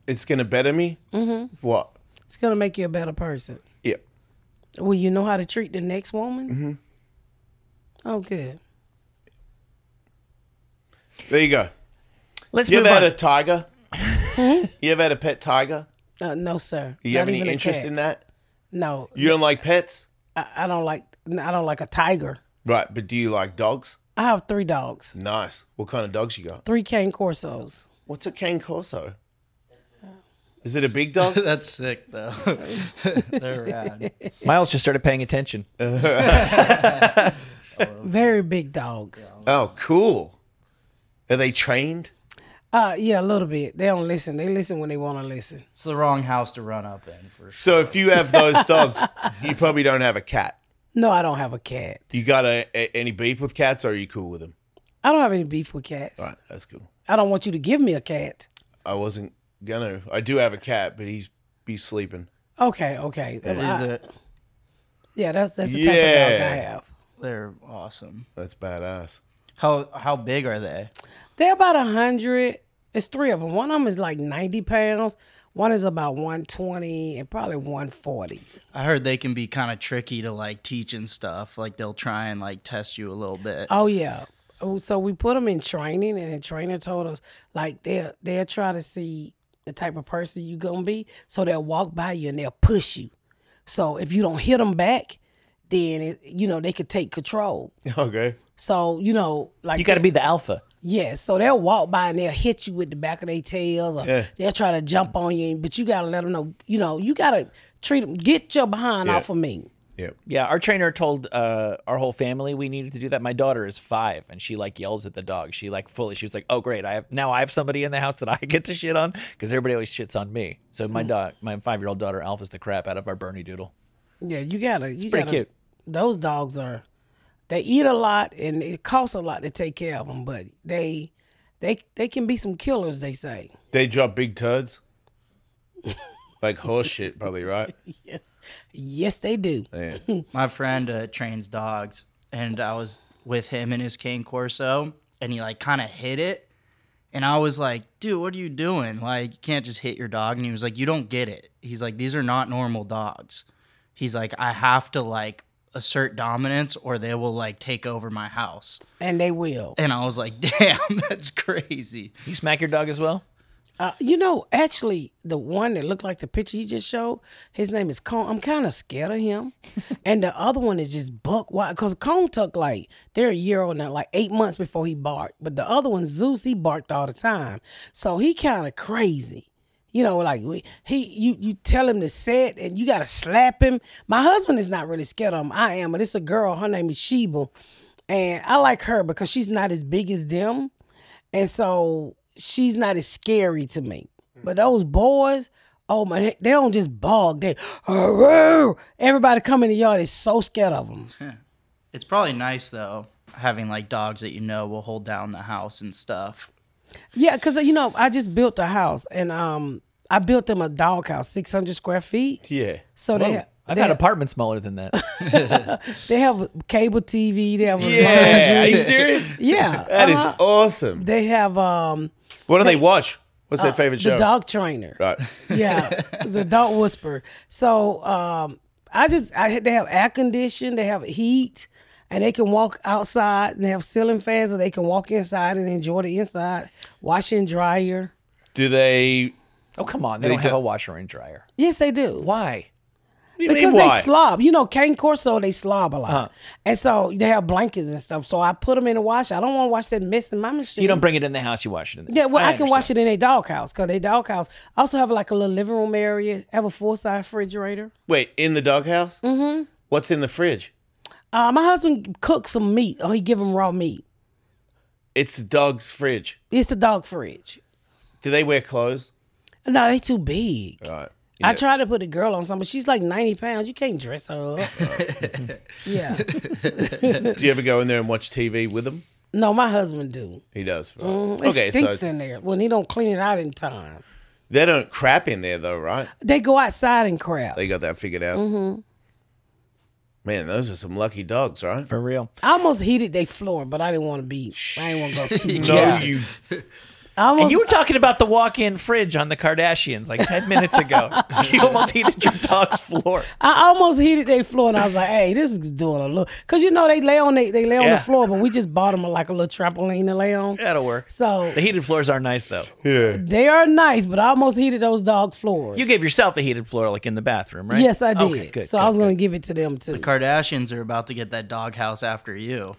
It's gonna better me. Mm-hmm. What?
It's gonna make you a better person.
Yeah.
Will you know how to treat the next woman? Mm-hmm. Oh, good.
There you go.
Let's
You
move
ever had
on.
a tiger? you ever had a pet tiger?
Uh, no, sir.
You
Hmm? Not
have any
even a
interest
cat.
in that?
No,
You don't like pets,
I, I don't like. I don't like a tiger.
right? But do you like dogs?
I have three dogs,
Nice. What kind of dogs you got?
three cane corsos.
What's a cane corso? Is it a big dog?
That's sick though. They're rad.
Miles just started paying attention.
Very big dogs.
oh, cool. Are they trained?
Uh, yeah, a little bit. They don't listen. They listen when they want to listen.
It's the wrong house to run up in for sure.
So if you have those dogs, you probably don't have a cat.
No, I don't have a cat.
You got a, a- any beef with cats, or are you cool with them?
I don't have any beef with cats.
All right, that's cool.
I don't want you to give me a cat.
I wasn't gonna. I do have a cat, but he's he's sleeping.
Okay, okay.
Is
I-
it?
yeah, that's that's the type of dog I
Yeah.
have.
They're awesome.
That's badass.
How how big are they?
They're about a hundred. It's three of them. One of them is like ninety pounds. One is about one twenty and probably one forty.
I heard they can be kind of tricky to like teach and stuff. Like they'll try and like test you a little bit.
Oh yeah. Oh, So we put them in training, and the trainer told us like they'll they'll try to see the type of person you gonna be. So they'll walk by you and they'll push you. So if you don't hit them back, then it, you know they could take control.
Okay.
So you know like
You got to be the alpha.
Yes, so they'll walk by and they'll hit you with the back of their tails, or
Yeah.
they'll try to jump on you. But you gotta let them know, you know, you gotta treat them. Get your behind
Yeah.
off of me.
Yep.
Yeah, our trainer told uh, our whole family we needed to do that. My daughter is five, and she like yells at the dog. She like fully. She was like, "Oh great, I have now I have somebody in the house that I get to shit on because everybody always shits on me." So my
Hmm.
dog, my five year old daughter, alphas the crap out of our Bernie Doodle.
Yeah, you gotta. you
pretty
gotta,
cute.
Those dogs are. They eat a lot, and it costs a lot to take care of them. But they, they, they can be some killers. They say.
They drop big turds. like horse shit, probably right.
Yes. Yes, they do.
Yeah.
My friend uh, trains dogs, and I was with him in his cane corso, and he like kind of hit it, and I was like, "Dude, what are you doing? Like, you can't just hit your dog." And he was like, "You don't get it." He's like, "These are not normal dogs." He's like, "I have to like assert dominance, or they will like take over my house."
And they will.
And I was like, "Damn, that's crazy."
You smack your dog as well?
Uh, you know, actually, the one that looked like the picture he just showed, his name is Cone. I'm kind of scared of him. and the other one is just buck wild because Cone took like they're a year old now, like eight months before he barked. But the other one, Zeus, he barked all the time, so he kind of crazy. You know, like we, he, you, you tell him to sit, and you gotta slap him. My husband is not really scared of him. I am, but it's a girl. Her name is Sheba, and I like her because she's not as big as them. And so she's not as scary to me. But those boys, oh my, they they don't just bog. They, everybody come in the yard is so scared of them.
It's probably nice though having like dogs that you know will hold down the house and stuff.
Yeah, because, you know, I just built a house and um, I built them a dog house, 600 square feet.
Yeah.
So they, ha-
Oh, I've
they,
had
ha-
apartments smaller than that.
they have cable TV. They have a
Yeah. Are
laundry.
you serious?
yeah.
That is
uh-huh.
awesome.
They have um,
What do they watch? What's their favorite show?
Uh, the dog trainer.
Right.
yeah, it's a dog whisper. So um, I just I they have air condition, they have heat, and they can walk outside and they have ceiling fans, or they can walk inside and enjoy the inside washing dryer.
Do they
Oh come on, they,
They
don't have
do-
a washer and dryer.
Yes, they do.
Why?
What do you
Because
mean,
they
why?
slob. You know, cane corso, they slob a lot. And so they have blankets and stuff. So I put them in the washer. I don't want to wash that mess in my machine.
You don't bring it in the house. You wash it in the
Yeah,
house.
well, I, can
understand.
wash it in a doghouse because they doghouse I also have like a little living room area. Have a full size refrigerator.
Wait, in the doghouse? Mm-hmm. What's in the fridge?
Uh, my husband cooks some meat. Oh, he give them raw meat.
It's the dog's fridge.
It's a dog fridge.
Do they wear clothes?
No, they too big.
Right.
I tried to put a girl on something, but she's like ninety pounds. You can't dress her up. yeah.
Do you ever go in there and watch TV with them?
No, my husband do.
He does. Right.
Mm, It
okay, so
stinks in there when he don't clean it out in time.
they don't crap in there though, right?
They go outside and crap.
They got that figured out.
Mm-hmm.
Man, those are some lucky dogs, right?
for real.
I almost heated their floor, but I didn't want to be. I didn't want to go too.
No, Oh, you
I almost
And you were talking about the walk-in fridge on the Kardashians like ten minutes ago. you almost heated your dog's floor.
I almost heated their floor, and I was like, "Hey, this is doing a little." Cause you know they lay on they, they lay on
Yeah.
the floor, but we just bought them a, like a little trampoline to lay on.
That'll work.
So
The heated floors are nice though.
they are nice, but I almost heated those dog floors.
You gave yourself a heated floor like in the bathroom, right?
yes, I did.
Okay, good.
so
good,
I was
good.
gonna give it to them too.
Kardashians are about to get that doghouse after you.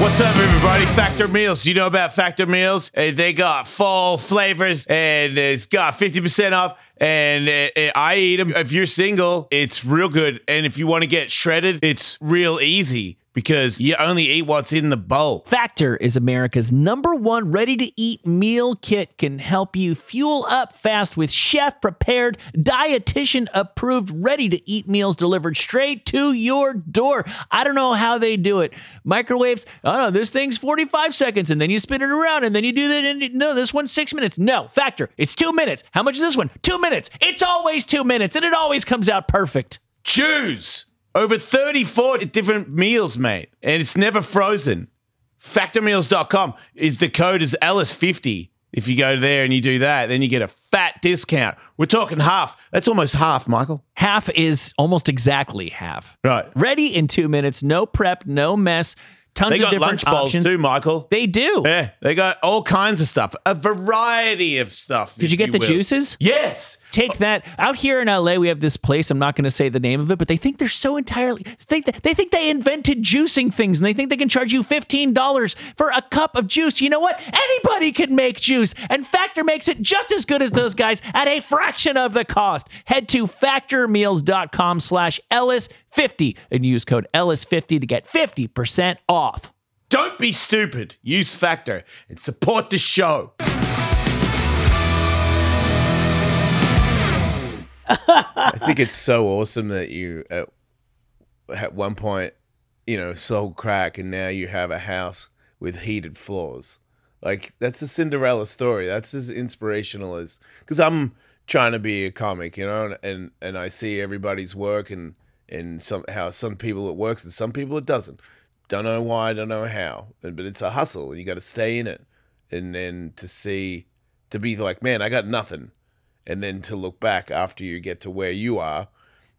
What's up, everybody? Factor Meals. You know about Factor Meals? Uh, they got full flavors and it's got 50% off. And uh, uh, I eat them. If you're single, it's real good. And if you want to get shredded, it's real easy because you only eat what's in the bowl.
Factor is America's number one ready to eat meal kit can help you fuel up fast with chef prepared, dietitian approved, ready to eat meals delivered straight to your door. I don't know how they do it. Microwaves, oh no, this thing's 45 seconds and then you spin it around and then you do that. And no, this one's six minutes. No, Factor, it's two minutes. How much is this one? Two minutes. It's always two minutes and it always comes out perfect.
Choose over 34 different meals, mate. And it's never frozen. Factormeals.com is the code is Ellis50. If you go there and you do that, then you get a fat discount. We're talking half. That's almost half, Michael.
Half is almost exactly half.
Right.
ready in two minutes. No prep, no mess. Tons
They
of
got
different
lunch bowls
options.
too, Michael.
They do.
yeah, they got all kinds of stuff, a variety of stuff.
Did you get the
will.
juices?
Yes.
Take that. Out here in LA, we have this place. I'm not going to say the name of it, but they think they're so entirely. They think, they think they invented juicing things, and they think they can charge you $15 for a cup of juice. You know what? Anybody can make juice, and Factor makes it just as good as those guys at a fraction of the cost. Head to factormeals.com/slash Ellis50 and use code Ellis50 to get 50% off.
Don't be stupid. Use Factor and support the show. I think it's so awesome that you at, at one point, you know, sold crack and now you have a house with heated floors. Like that's a Cinderella story. That's as inspirational as cuz I'm trying to be a comic, you know, and and, and I see everybody's work and and some how some people it works and some people it doesn't. Don't know why, don't know how, but but it's a hustle and you got to stay in it. And then to see to be like, man, I got nothing and then to look back after you get to where you are,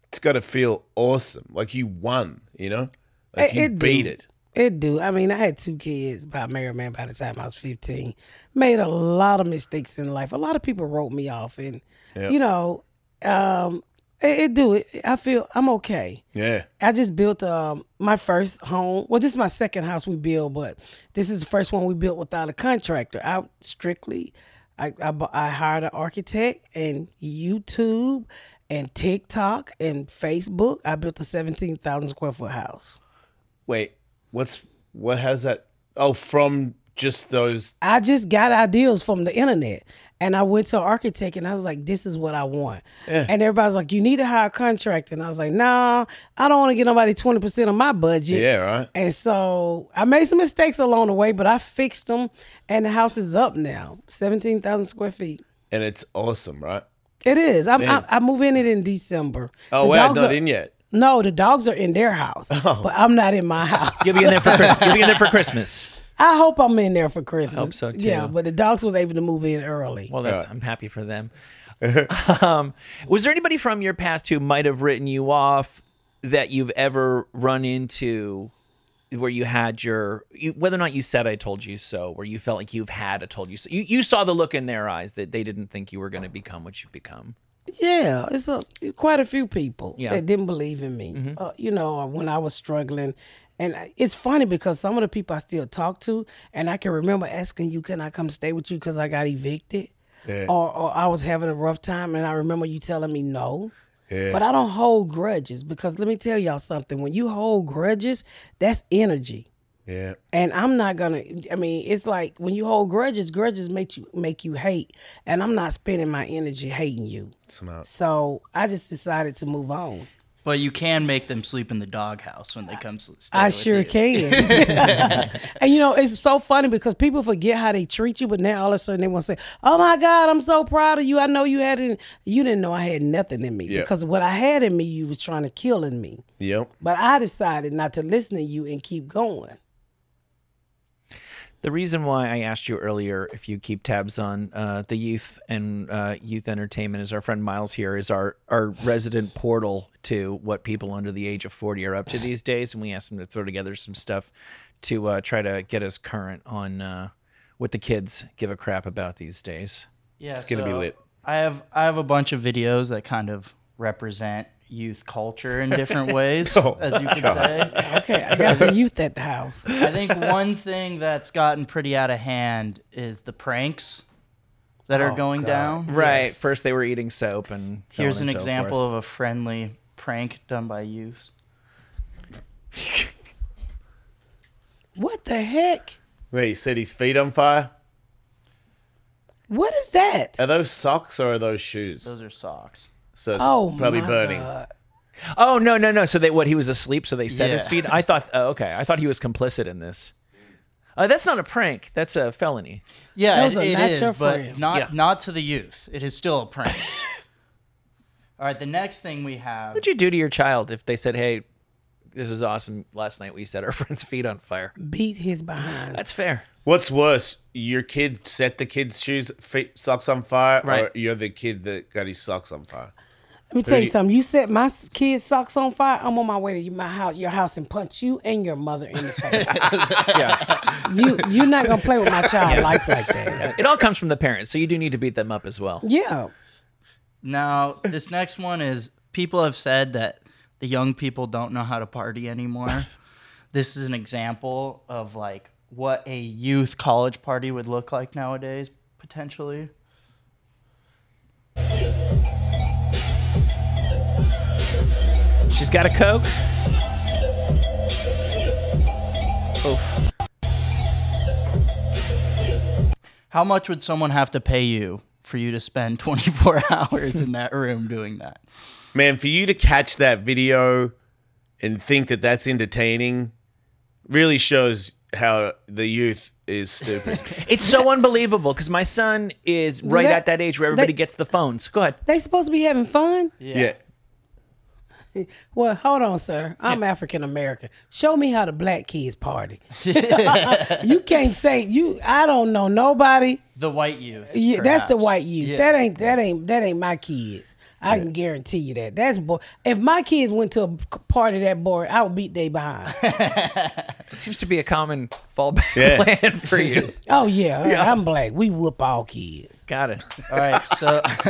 it's got to feel awesome. Like you won, you know? Like
It-
you
it
beat
do.
it.
It do. I mean, I had two kids by married man by the time I was fifteen. Made a lot of mistakes in life. A lot of people wrote me off, and you know, um, it, it do. It, I feel I'm okay.
Yeah.
I just built um, my first home. Well, this is my second house we built, but this is the first one we built without a contractor. I strictly, I, I, bu- I hired an architect and YouTube and TikTok and Facebook. I built a 17,000 square foot house.
Wait, what's what? How's that? Oh, from just those.
I just got ideas from the internet. And I went to an architect and I was like, this is what I want. And everybody's like, you need to hire a contractor. And I was like, nah, I don't want to get nobody 20% of my budget.
Yeah, right.
And so I made some mistakes along the way, but I fixed them, and the house is up now, seventeen thousand square feet.
And it's awesome, right?
It is. I'm, I, I move in it in December.
Oh,
The
wait, I'm
dogs
not
are-
in yet.
No, the dogs are in their house, but I'm not in my house.
You'll be in there for Christmas. You'll be in there for Christmas.
I hope I'm in there for Christmas. I
hope so, too.
Yeah, but the dogs was able to move in early.
Well, that's I'm happy for them. um, was there anybody from your past who might have written you off that you've ever run into
where you had your you, whether or not you said I told you so, where you felt like you've had a told you so. You you saw the look in their eyes that they didn't think you were going to become what you've become.
Yeah, it's a, quite a few people
Yeah.
that didn't believe in me. Uh, you know, or when I was struggling, and I- it's funny because some of the people I still talk to, and I can remember asking you, "Can I come stay with you?" Because I got evicted, or, or I was having a rough time, and I remember you telling me no. But I don't hold grudges because let me tell y'all something. When you hold grudges, that's energy.
Yeah.
And I'm not gonna. I mean, it's like when you hold grudges, grudges make you make you hate, and I'm not spending my energy hating you.
Smart.
So I just decided to move on.
But you can make them sleep in the doghouse when they come. s- Stay
I
with
sure
you.
can. and you know, it's so funny because people forget how they treat you, but now all of a sudden they want to say, "Oh my God, I'm so proud of you. I know you had it. You didn't know I had nothing in me
Yeah.
because what I had in me, you was trying to kill in me.
Yep.
But I decided not to listen to you and keep going.
The reason why I asked you earlier if you keep tabs on uh, the youth and uh, youth entertainment is our friend Miles here is our, our resident portal to what people under the age of 40 are up to these days. And we asked him to throw together some stuff to uh, try to get us current on uh, what the kids give a crap about these days.
Yeah, it's
gonna be lit.
I have I have a bunch of videos that kind of represent youth culture in different ways, as you could say.
Okay, I got some youth at the house.
I think one thing that's gotten pretty out of hand is the pranks that are going down.
Right. First, they were eating soap, and so
Here's
on
an
and so
example
forth.
of a friendly prank done by youth.
What the heck?
Wait, you set his feet on fire?
What is that?
Are those socks or are those shoes?
Those are socks.
So it's
Oh,
probably
my
burning.
God.
Oh no, no, no! So they what? He was asleep, so they set his
Yeah.
feet. I thought, oh, okay, I thought he was complicit in this. Uh, that's not a prank. That's a felony.
Yeah,
Those
it,
are
it
not
is,
your
but
friend.
not
Yeah.
not to the youth. It is still a prank. All right, the next thing we have.
What'd you do to your child if they said, "Hey, this is awesome. Last night we set our friend's feet on fire."
Beat his behind.
That's fair.
What's worse, your kid set the kid's shoes, feet, socks on fire, or
Right.
you're the kid that got his socks on fire?
Let me tell you something. You set my s- kid's socks on fire. I'm on my way to you- my house, your house, and punch you and your mother in the face. You you're not gonna play with my child life like that.
It all comes from the parents, so you do need to beat them up as well.
Yeah.
Now, this next one is people have said that the young people don't know how to party anymore. this is an example of like what a youth college party would look like nowadays, potentially.
She's got a coke. Oof.
How much would someone have to pay you for you to spend 24 hours in that room doing that?
Man, for you to catch that video and think that that's entertaining really shows how the youth is stupid.
It's so unbelievable because my son is right
Let-
at that age where everybody
they-
gets the phones. Go ahead.
They supposed to be having fun?
yeah.
Well, hold on, sir. I'm African American. Show me how the black kids party. you can't say you I don't know nobody.
The white youth.
Yeah, that's the
perhaps.
white youth.
Yeah.
That ain't that ain't that ain't my kids. I can guarantee you that. That's boy. If my kids went to a party that boy, I would beat they behind.
It seems to be a common fallback
Yeah.
plan for you.
Oh yeah, I'm black. We whoop all kids.
Got it.
All right, so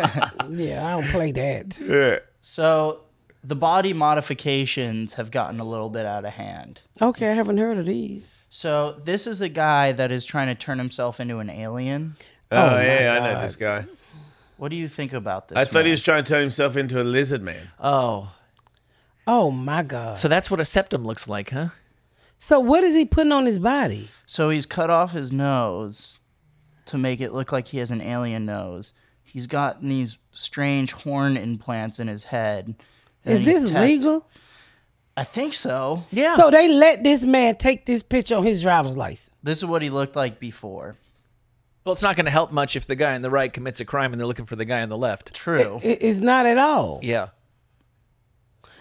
Yeah, I don't play that.
Yeah.
so the body modifications have gotten a little bit out of hand.
Okay, I haven't heard of these.
So this is a guy that is trying to turn himself into an alien.
Oh, yeah, I know this guy.
What do you think about this?
I thought he
man?
was trying to turn himself into a lizard man.
Oh,
Oh my god.
so that's what a septum looks like, huh?
So what is he putting on his body?
So he's cut off his nose to make it look like he has an alien nose. He's gotten these strange horn implants in his head. and
Is
he's
this
tat-
legal?
I think so.
Yeah.
So they let this man take this picture on his driver's license.
This is what he looked like before.
well, it's not going to help much if the guy on the right commits a crime and they're looking for the guy on the left.
True.
It- it's not at all.
Yeah.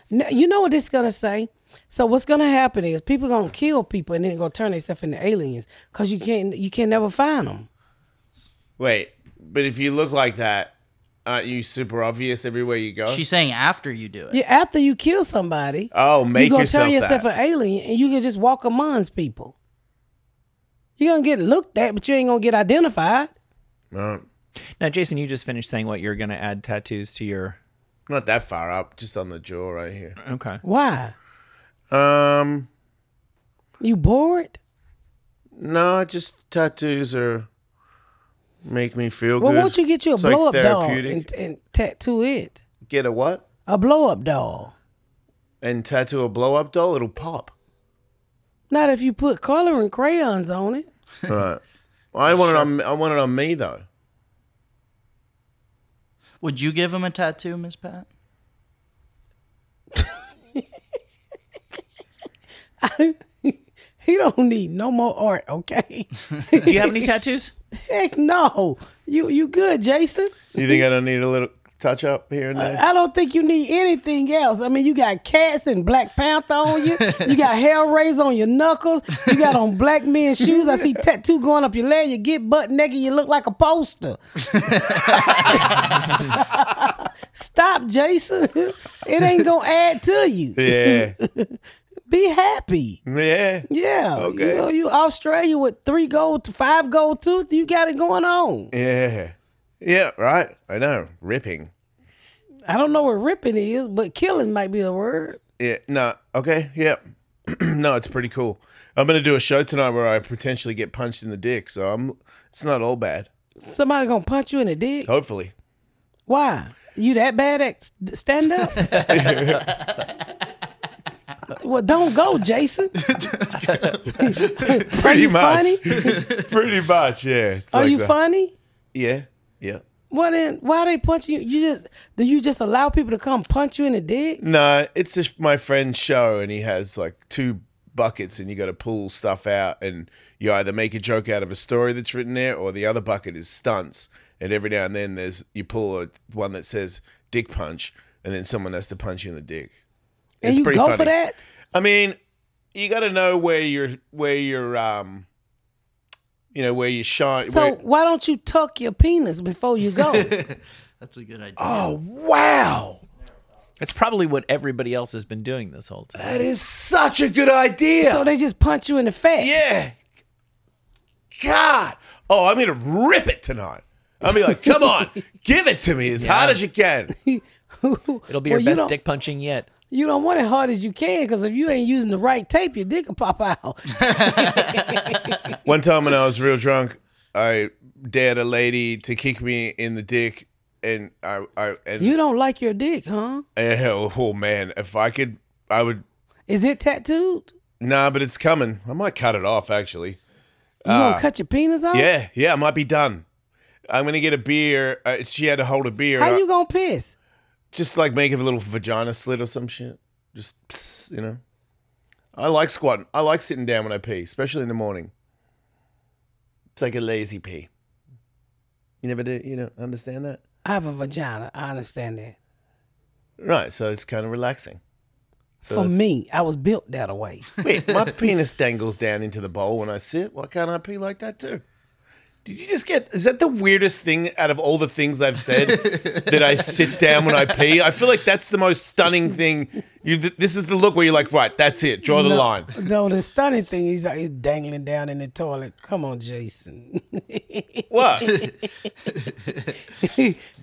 Now, you know what this gonna say? So what's gonna happen is people gonna kill people and then gonna turn themselves into aliens because you can't you can never find them.
Wait, but if you look like that, Aren't you super obvious everywhere you
eh.
go?
She's saying after you do it.
Yeah, after you kill somebody,
oh, make
you're gonna
yourself
turn yourself
that.
an alien and you can just walk amongst people. You're gonna get looked at, but you ain't gonna get identified.
No,
Now, Jason, you just finished saying what you're going to add tattoos to your.
not that far up, just on the jaw right here.
Okay.
Why?
Um,
You bored?
no, just tattoos are make me feel
Well,
good.
won't you get you a
It's like
blow up dog
therapeutic.
and, and tattoo it?
Get a what?
A blow up doll.
And tattoo a blow up doll, it'll pop.
Not if you put color and crayons on it.
Right. I want it on. I want it on me though.
Would you give him a tattoo, Miss Pat?
He don't need no more art, okay?
Do you have any tattoos?
Heck no. You you good, Jason?
You think I don't need a little touch up here and there?
I don't think you need anything else. I mean, you got cats and Black Panther on you. You got Hellraiser on your knuckles. You got on black men shoes. I see tattoo going up your leg. You get butt naked. You look like a poster. Stop, Jason. It ain't gonna add to you.
Yeah.
Be happy.
Yeah.
Yeah.
Okay.
You know, you Australia with three gold, five gold tooth. You got it going on.
Yeah. Yeah, right. I know. Ripping.
I don't know what ripping is, but killing might be a word.
Yeah. No. Okay. Yeah. no, it's pretty cool. I'm gonna do a show tonight where I potentially get punched in the dick, so I'm it's not all bad.
Somebody gonna punch you in the dick.
Hopefully.
Why? You that bad at s- stand up? well, don't go, Jason. Are
Pretty
you
much.
funny?
pretty much, yeah. It's
Are
like
you
that.
funny?
Yeah. Yeah.
What then? Why they punching you? You just do you just allow people to come punch you in the dick?
No, it's just my friend's show and he has like two buckets and you gotta pull stuff out and you either make a joke out of a story that's written there or the other bucket is stunts. And every now and then there's you pull a, one that says dick punch and then someone has to punch you in the dick.
And
It's
you
pretty
go
funny.
for that?
I mean, you got to know where your where your um, you know where you shine.
So
where-
why don't you tuck your penis before you go?
That's a good idea.
oh wow,
It's probably what everybody else has been doing this whole time.
that is such a good idea.
so they just punch you in the face.
yeah, God. Oh, I'm gonna rip it tonight. I'm gonna be like, come on, give it to me as hard as you can.
It'll be
Well, you
your best
don't-
dick punching yet.
You don't want it hard as you can because if you ain't using the right tape, your dick will pop out.
One time when I was real drunk, I dared a lady to kick me in the dick, and I, I and
You don't like your dick, huh?
oh, oh man, if I could, I would.
Is it tattooed?
Nah, but it's coming. I might cut it off actually.
You gonna cut your penis off?
Uh, Yeah, yeah, I might be done. I'm gonna get a beer. Uh, she had to hold a beer.
How
I-
you gonna piss?
just like make a little vagina slit or some shit. Just pss, you know. I like squatting. I like sitting down when I pee, especially in the morning. It's like a lazy pee. You never do. You know, understand that,
I have a vagina. I understand that.
right? So it's kind of relaxing. So
For
that's-
me, I was built that way.
Wait, my penis dangles down into the bowl when I sit. Why can't I pee like that too? Did you just get? Is that the weirdest thing out of all the things I've said that I sit down when I pee? I feel like that's the most stunning thing. You, th- this is the look where you're like, right, that's it. Draw the line.
Though the stunning thing is like it's dangling down in the toilet. Come on, Jason.
What?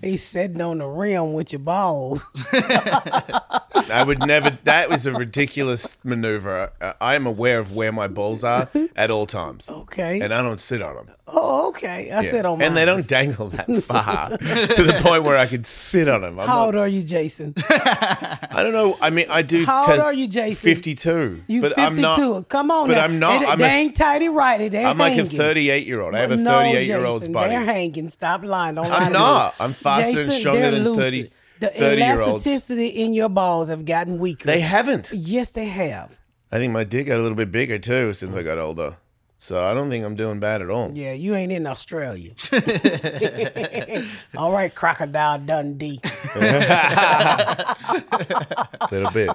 He's sitting on the rim with your balls.
I would never. That was a ridiculous maneuver. Uh, I am aware of where my balls are at all times,
Okay.
and I don't sit on them.
oh, okay. I said on
and they
mine.
don't dangle that far to the point where I could sit on them. I'm
How
not-
old are you, Jason?
I don't know. I mean, I do.
How old
test-
are you, Jason?
52.
You
but I'm
52.
not,
Come on
but
now.
I'm not.
It,
I'm
they
a-
ain't tighty right. It ain't
I'm like a
hanging.
38 year old. I have a
No,
38 year old's
Jason,
body.
They're hanging. Stop lying. Don't lie
I'm
to
not.
me.
I'm faster and
Jason,
stronger
they're
than
lucid.
30,
The
30 year olds.
elasticity in your balls have gotten weaker.
They haven't.
yes, they have.
I think my dick got a little bit bigger too since I got older. So I don't think I'm doing bad at all.
Yeah, you ain't in Australia. All right, Crocodile Dundee.
A little bit.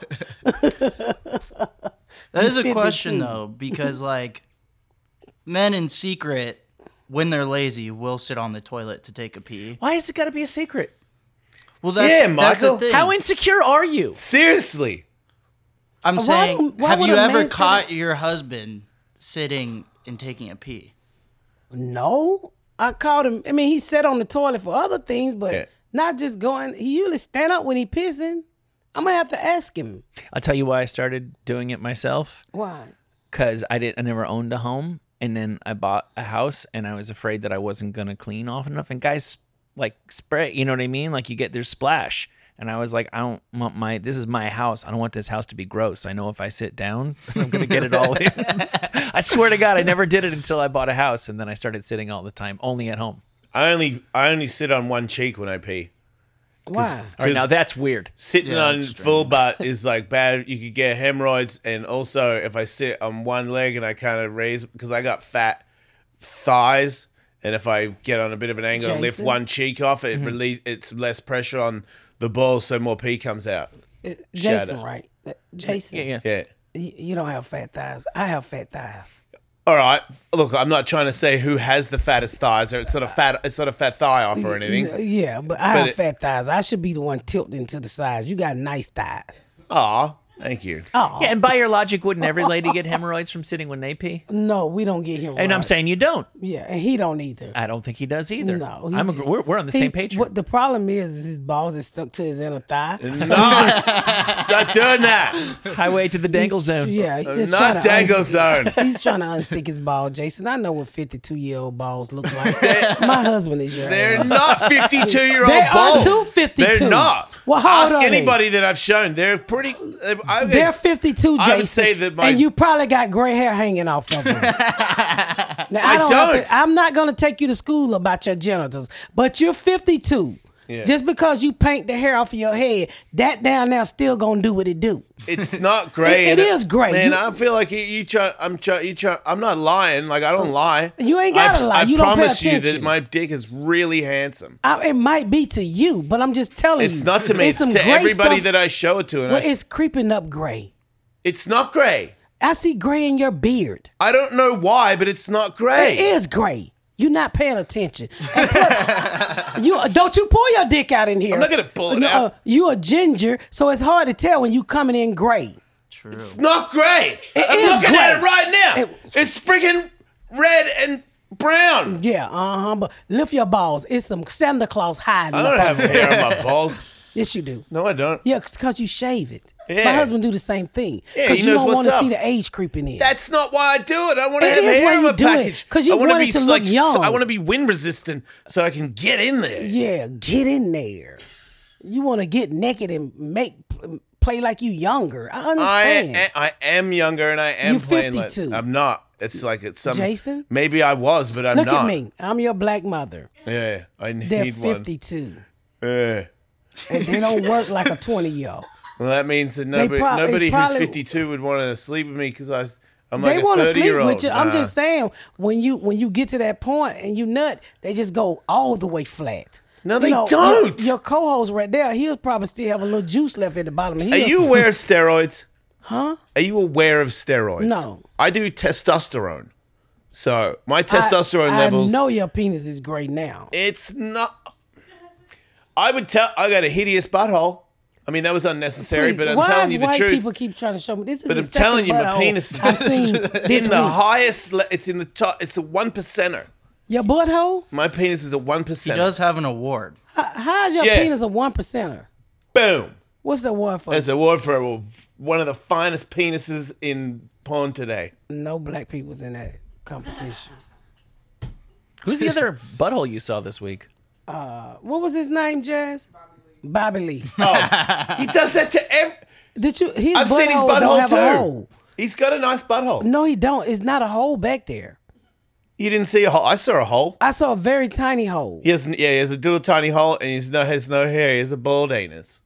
That is a
fit
question
the
though, because like men in secret, when they're lazy, will sit on the toilet to take a pee.
Why has it got to be a secret?
Well, that's
Yeah,
that's the
Michael.
thing.
How insecure are you?
Seriously.
I'm saying,
don't- why
have
would
you
a
ever
man say
caught your husband sitting and taking a pee?
No, I called him. I mean, he sat on the toilet for other things, but
Yeah.
not just going. He usually stand up when he pissing. I'm gonna have to ask him
I'll tell you why I started doing it myself.
why.
because I didn't I never owned a home and then I bought a house and I was afraid that I wasn't gonna clean off enough and guys like spray you know what I mean like you get their splash and I was like I don't want my this is my house I don't want this house to be gross I know if I sit down I'm gonna get it all in I swear to God I never did it until I bought a house and then I started sitting all the time only at home
I only I only sit on one cheek when I pee.
Why?
all right now
'Cause
that's weird
Sitting
Yeah,
on
that's strange.
full butt is like bad. You could get hemorrhoids, and also if I sit on one leg and I kind of raise because I got fat thighs, and if I get on a bit of an angle and lift
Jason?
one cheek off, it release it's less pressure on the ball, so more pee comes out.
Uh,
Shut
Jason,
up.
right? Uh, Jason,
yeah
Yeah.
y- you don't have fat thighs. I have fat thighs.
All right. Look, I'm not trying to say who has the fattest thighs, or it's not a fat, it's not a fat thigh off or anything.
Yeah, Uh, yeah, but I
But
have
it-
fat thighs. I should be the one tilting to the sides. You got nice thighs.
Aw, Ah, thank you.
Oh
yeah and by your logic wouldn't every lady get hemorrhoids from sitting when they pee
no, we don't get him.
and I'm
right.
saying you don't
yeah, and he don't either.
I don't think he does either
No, he
I'm a,
just-
we're, we're on the same
He's-
page here.
What the problem is, is his balls is stuck to his inner thigh.
No, stop doing that.
highway to the dangle zone
Yeah, he's just trying
Not
to
dangle
unstick-
zone.
He's trying to unstick his ball, Jason. I know what 52 year old balls look like. My husband is your
They're
age.
not 52 year old
They are
balls.
too 52.
They're not.
Well, how old
Ask
are they?
anybody that I've shown. They're pretty. I think
They're 52, Jason.
I would say that my-
and you probably got gray hair hanging off of them. now, I don't. have
don't.
To, I'm not going to take you to school about your genitals, but you're 52.
Yeah.
Just because you paint the hair off of your head, that down there still going to do what it do.
it's not great.
It- it is grey.
Man,
You-
I feel like you, you try, I'm try, you try, I'm not lying. Like I don't lie.
You ain't gotta
I,
lie.
I
You don't pay
promise you that
attention.
my dick is really handsome.
I, it might be to you, but I'm just telling you.
It's not to me.
Mm. there's
It's,
some
to
gray
everybody
stuff-
that I show it to, and
Well,
I-
it's creeping up gray.
it's not gray.
I see gray in your beard.
I don't know why, but it's not
It
gray.
is gray. You're not paying attention. And plus, you don't you pull your dick out in here.
I'm not gonna pull it
No,
out.
uh, you a ginger, so it's hard to tell when you coming in gray.
True.
Not gray. I'm
is
looking at
grey.
it right now.
It-
it's freaking red and brown.
Yeah, uh huh. But lift your balls. It's some Santa Claus hiding.
I
up
don't
under
have
it.
hair on my balls.
Yes, you do.
No, I don't.
Yeah, it's cause you shave it. My
Yeah.
husband do the same thing.
Yeah,
Cause
he
you
knows
don't
what's
want to
up.
see the age creeping in.
That's not why I do it. I want to
It
have
is why
hair in
you
my
do it,
package
'cause you
I wanna
want it
be
to look
like, s-
young.
I want to be wind resistant so I can get in there.
yeah, get in there. You want to get naked and make play like you younger. I
I
understand.
am, I am younger and I am
You're
playing. like-
52.
I'm not. It's like it's some.
Jason?
Maybe I was, but I'm
Look
not.
at me. I'm your black mother.
Yeah, I need
They're
one.
52.
Yeah.
And they don't work like a 20 year old.
Well, that means that nobody,
prob- they
nobody
probably-
who's 52 would want to sleep with me because I. s- I'm
They
like
want
a
to
30
sleep
year old.
with you. I'm just saying, when you when you get to that point and you nut, they just go all the way flat.
No,
You
they
know,
don't.
Your, your co-host right there, he'll probably still have a little juice left at the bottom. Of
Are you aware of steroids?
Huh?
Are you aware of steroids?
No.
I do testosterone. So my testosterone
I,
levels.
I know your penis is gray now.
It's not. I would tell. I got a hideous butthole. I mean, that was unnecessary, but I'm
Why
telling
is
you the
white
truth.
people keep trying to show me this? Is
But
the
I'm telling you,
second
my
butthole
penis is-
I seen this
in the
week.
highest. Le- it's in the top. It's a one percenter.
Your butthole?
My penis is a one
He
percenter.
does have an award.
How's your
Yeah.
penis a one percenter?
Boom.
What's the word for?
That's an award for one of the finest penises in porn today.
no black people's in that competition.
Who's the other butthole you saw this week?
What was his name, Jazz? Bobby Lee.
He does that to every.
Did you? His
I've seen his
butthole
butthole
don't have a
too.
hole.
He's got a nice butthole.
No, he don't. It's not a hole back there.
You didn't see a hole. I saw a hole.
I saw a very tiny hole.
He has yeah, he has a little tiny hole, and he's no has no hair. He has a bald anus.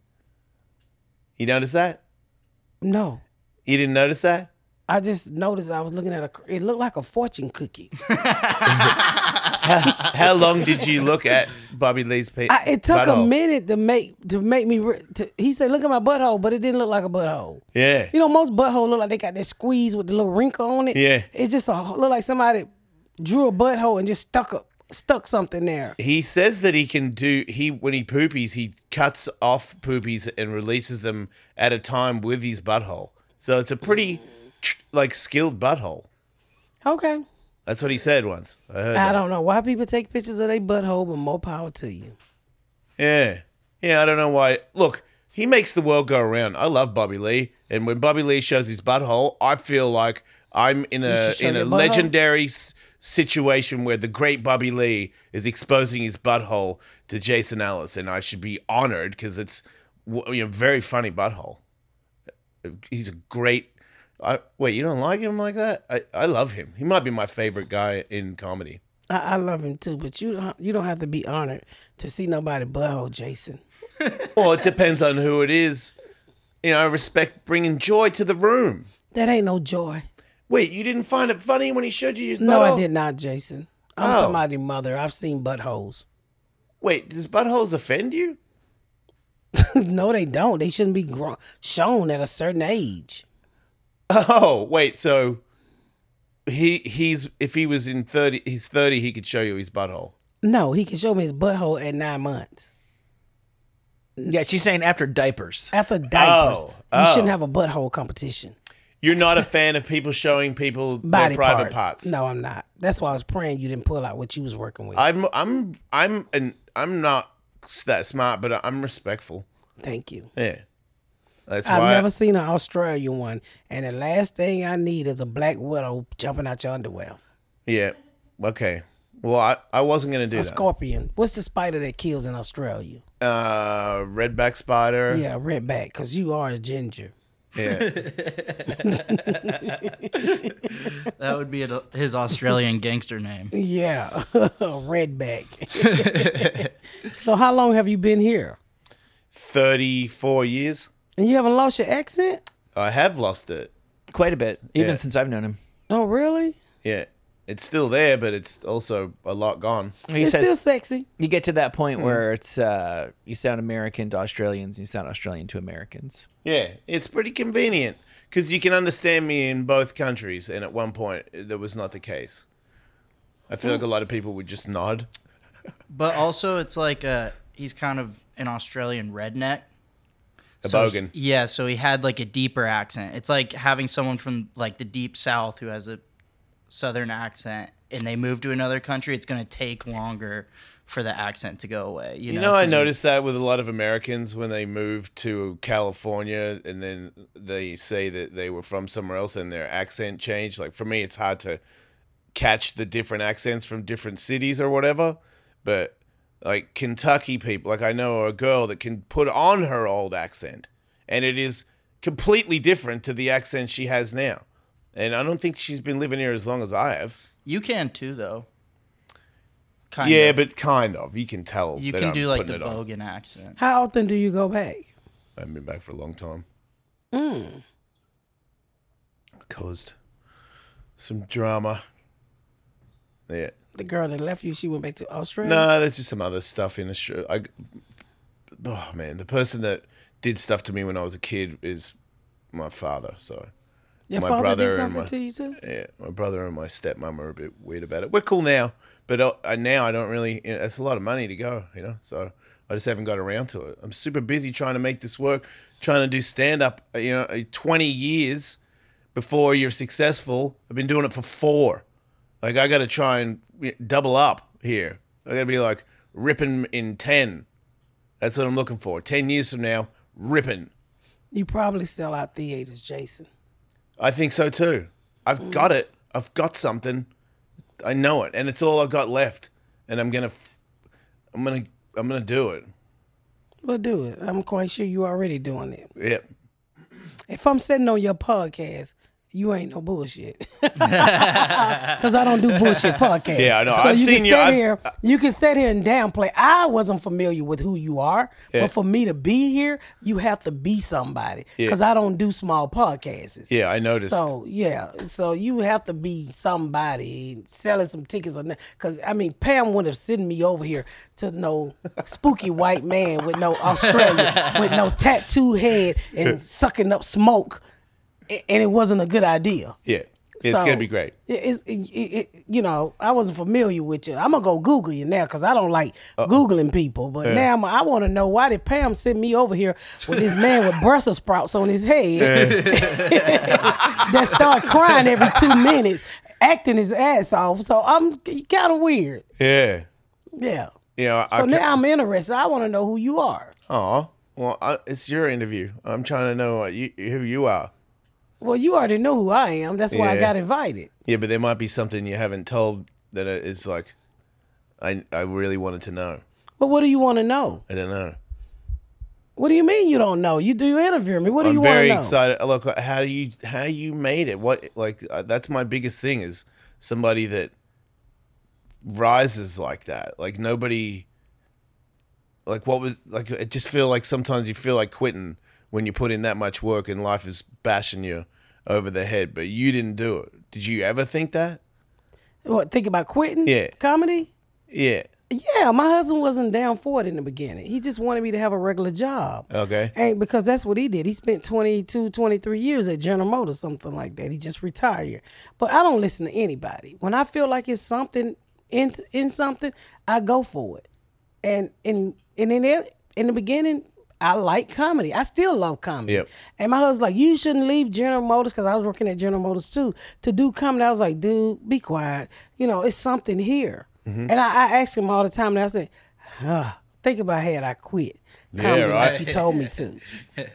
You notice that?
No,
You didn't notice that?
I just noticed I was looking at a. It looked like a fortune cookie.
How long did you look at Bobby Lee's pe-
I, it took a
butthole?
minute to make to make me. re- To, he said, "Look at my butthole," but it didn't look like a butthole.
Yeah.
You know, most butthole look like they got that squeeze with the little wrinkle on it.
Yeah.
It's just a look like somebody drew a butthole and just stuck a, stuck something there.
He says that he can do he when he poopies, he cuts off poopies and releases them at a time with his butthole. So it's a pretty like skilled butthole.
Okay.
That's what he said once. I heard
I
that.
don't know why people take pictures of their butthole, but more power to you.
Yeah. Yeah, I don't know why. Look, he makes the world go around. I love Bobby Lee, and when Bobby Lee shows his butthole, I feel like I'm in a
should show
in a
your butthole.
legendary s- situation where the great Bobby Lee is exposing his butthole to Jason Ellis, and I should be honored because it's w- you know very funny butthole. He's a great. I, wait, you don't like him like that? I, I love him. He might be my favorite guy in comedy.
I, I love him too, but you don't- you don't have to be honored to see nobody butthole, Jason.
Well, it depends on who it is. You know, I respect bringing joy to the room.
That ain't no joy.
Wait, you didn't find it funny when he showed you his
No,
butthole?
I did not, Jason. I'm
Oh.
somebody's mother. I've seen buttholes.
Wait, does buttholes offend you?
no, they don't. They shouldn't be grown, shown at a certain age.
Oh, wait, so he he's if he was in thirty he's thirty, he could show you his butthole.
No, he can show me his butthole at nine months.
Yeah, she's saying after diapers.
After diapers,
Oh,
you
oh.
shouldn't have a butthole competition.
You're not a fan of people showing people
Body
their private parts.
No, I'm not. That's why I was praying you didn't pull out what you was working with.
I'm I'm I'm an I'm not that smart, but I'm respectful.
Thank you.
Yeah. That's
I've
why
never seen an Australian one, and the last thing I need is a black widow jumping out your underwear.
Yeah. Okay. Well, I, I wasn't gonna do
A
that.
scorpion. What's the spider that kills in Australia?
uh redback spider.
Yeah, redback, because you are a ginger.
yeah.
That would be a, his Australian gangster name.
Yeah, redback. so, how long have you been here?
34 years.
And you haven't lost your accent?
I have lost it.
Quite a bit, even
Yeah.
since I've known him.
Oh, really?
Yeah. It's still there, but it's also a lot gone.
He
It's
says
still sexy.
you get to that
Hmm.
point where it's uh, you sound American to Australians, you sound Australian to Americans.
Yeah. It's pretty convenient because you can understand me in both countries. And at one point, that was not the case. I feel like a lot of people would just nod.
But also, it's like uh he's kind of an Australian redneck.
A
So
bogan.
he- yeah, so he had like a deeper accent. It's like having someone from like the deep south who has a southern accent and they move to another country, it's going to take longer for the accent to go away. You,
You know, I
'cause he-
noticed that with a lot of Americans when they move to California and then they say that they were from somewhere else and their accent changed. Like for me, it's hard to catch the different accents from different cities or whatever. But like Kentucky people, like I know a girl that can put on her old accent and it is completely different to the accent she has now. And I don't think she's been living here as long as I have.
You can too, though. Kind
yeah,
of.
but kind of. You can tell.
you
that
can
I'm
do like
putting
the
it on.
Bogan accent.
How often do you go back?
I've been back for a long time. Caused some drama. Yeah.
The girl that left you, she went back to Australia.
No, there's just some other stuff in Australia. I, oh man, the person that did stuff to me when I was a kid is my father. So
Your
my
father
brother
did
and
something
my-
to you too?
yeah, my brother and my stepmom are a bit weird about it. We're cool now, but uh, I- now I don't really. You know, it's a lot of money to go, you know. So I just haven't got around to it. I'm super busy trying to make this work, trying to do stand up. You know, uh, 20 years before you're successful. I've been doing it for four. Like I got to try and re- double up here. I got to be like ripping in 10. That's what I'm looking for. 10 years from now, ripping.
You probably sell out theaters, Jason.
I think so too. I've
Mm.
got it. I've got something. I know it, and it's all I've got left. And I'm gonna, f- I'm gonna, I'm gonna do it.
Well, do it. I'm quite sure you already doing it.
Yep.
If I'm sitting on your podcast, you ain't no bullshit. Because I don't do bullshit podcasts.
Yeah, I know.
So
I've
you
seen
can
you-
sit
I've-
here. You can sit here and downplay. I wasn't familiar with who you are,
Yeah.
but for me to be here, you have to be somebody.
Yeah.
Because I don't do small podcasts.
Yeah, I noticed.
So yeah, so you have to be somebody selling some tickets or because I mean Pam would have sent me over here to no spooky white man with no Australia with no tattooed head and sucking up smoke, a- and it wasn't a good idea.
yeah. It's
So,
gonna be great.
it- It's, it, it, it- you know, I wasn't familiar with you. I'm gonna go Google you now because I don't like googling people. But now I'm, I want to know why did Pam send me over here with this man with Brussels sprouts on his head that start crying every two minutes, acting his ass off. So I'm kind of weird.
Yeah.
Yeah.
You know,
So
I
now I'm interested. I want to know who you are.
Aw. Well, I, it's your interview. I'm trying to know what you, who you are.
Well, you already know who I am. That's why I
Yeah.
got invited.
Yeah, but there might be something you haven't told that is like, I I really wanted to know.
But what do you want to know?
I don't know.
What do you mean you don't know? You do you interview me. What do
I'm
you want to
very
know?
excited. Look, how you how you made it? What like uh, that's my biggest thing is somebody that rises like that. Like nobody. Like what was like? It just feel like sometimes you feel like quitting when you put in that much work and life is bashing you over the head. But you didn't do it. Did you ever think that?
What think about quitting?
Yeah.
Comedy?
Yeah.
Yeah, my husband wasn't down for it in the beginning. He just wanted me to have a regular job.
Okay.
And because that's what he did. He spent 22, 23 years at General Motors, something like that. He just retired. But I don't listen to anybody. When I feel like it's something in in something, I go for it. And in and in it, in the beginning, I like comedy. I still love comedy.
Yep.
And my husband's like, you shouldn't leave General Motors because I was working at General Motors too to do comedy. I was like, dude, be quiet. You know, it's something here.
Mm-hmm.
And I, I ask him all the time, and I say, huh, think about had I quit comedy
right.
like you told me to.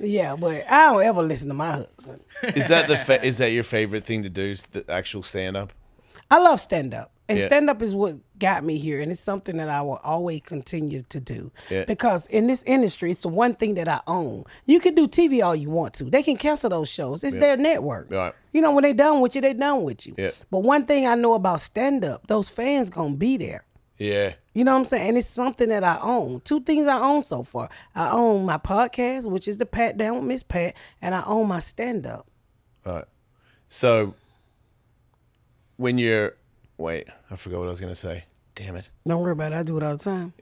yeah, but I don't ever listen to my husband.
Is that the fa- is that your favorite thing to do? Is the actual stand up?
I love stand up. And
Yeah.
stand up is what got me here. And it's something that I will always continue to do.
Yeah.
Because in this industry, it's the one thing that I own. You can do TV all you want to, they can cancel those shows. It's their network.
Right.
You know, when they done with you, they done with you.
Yeah.
But one thing I know about stand up, those fans going to be there.
Yeah.
You know what I'm saying? And it's something that I own. Two things I own so far. I own my podcast, which is the Pat Down with Miss Pat, and I own my stand up.
So when you're wait, I forgot what I was gonna say. Damn it.
Don't worry about it. I do it all the time.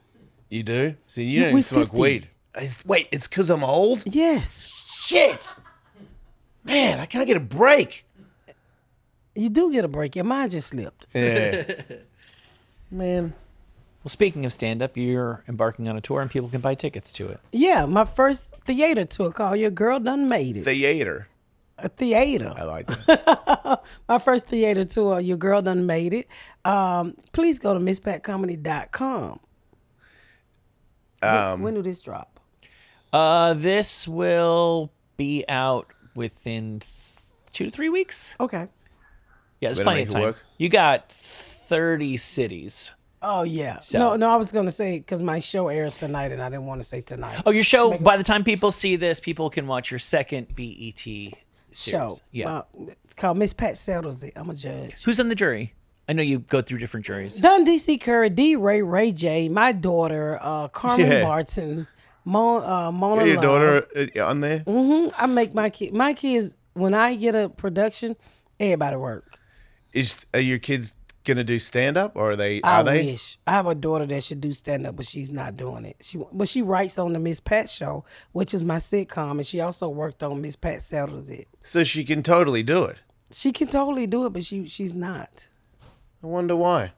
You do? See, you don't
we're
even smoke
50.
weed. It's- wait, it's because I'm old.
Yes.
Shit, man, I can't get a break.
You do get a break. Your mind just slipped.
Yeah, man.
Well, speaking of stand up, you're embarking on a tour and people can buy tickets to it.
Yeah, my first theater tour called Your Girl Done Made It.
Theater.
a theater.
I like that.
my first theater tour, Your Girl Done Made It. Um, please go to misspatcomedy.com. Um, when, when do this drop?
Uh, this will be out within th- two to three weeks.
Okay.
Yeah, there's
Way to
plenty
make
of
it
time.
work.
You got 30 cities.
Oh yeah. No, no, I was gonna say because my show airs tonight, and I didn't want to say tonight.
Oh, your show, by the time people see this, people can watch your second E BET series.
show.
Yeah.
Uh, it's called Miss Pat Settles It. I'm a judge.
Who's on the jury? I know you go through different juries.
Dun DC Curry, D Ray, Ray J, my daughter, uh, Carmen
Yeah.
Barton, Mo, uh, Mona.
Your
Love.
daughter uh, on there?
Mm, I make my kid. My kids. When I get a production, everybody work.
Is are your kids gonna do stand up or are they?
I
Are they?
wish I have a daughter that should do stand up, but she's not doing it. She but she writes on the Miss Pat show, which is my sitcom, and she also worked on Miss Pat Settles It.
So she can totally do it.
She can totally do it, but she she's not.
I wonder why.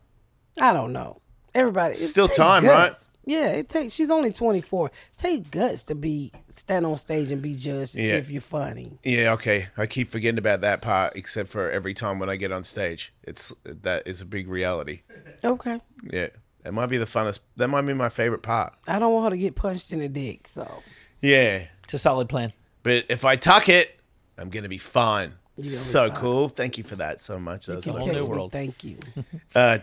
I don't know. Everybody it
Still
take
time, right?
guts. Yeah, it takes. She's only twenty four. Take guts to be stand on stage and be judged to see
Yeah.
if you're funny.
Yeah, okay. I keep forgetting about that part, except for every time when I get on stage. It's that is a big reality.
Okay.
Yeah, that might be the funnest. That might be my favorite part.
I don't want her to get punched in the dick. So
Yeah,
It's a solid plan.
but if I tuck it, I'm gonna be fine. So cool. Thank you for that so much. That was
you
awesome.
text me.
world.
Thank you.
Uh,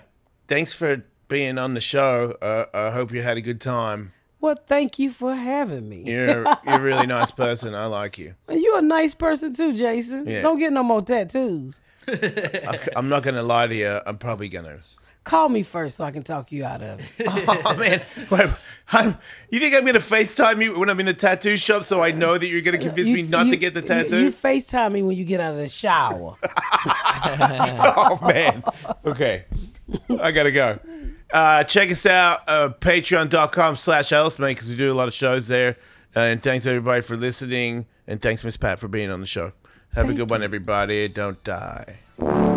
thanks for being on the show. Uh, I hope you had a good time.
well, thank you for having me.
You're you're a really nice person. I like you.
And You're a nice person too, Jason.
Yeah.
Don't get no more tattoos.
I, am not gonna lie to you. I'm probably gonna.
Call me first so I can talk you out of it.
Oh man, wait. I'm, you think I'm gonna Facetime you when I'm in the tattoo shop so I know that you're gonna convince me not to get the
you-
tattoo?
You, FaceTime me when you get out of the shower.
oh man. Okay. I gotta go. Uh, check us out uh, patreon.com slash elseman because we do a lot of shows there Uh, and thanks everybody for listening and thanks miss pat for being on the show have a good one everybody don't die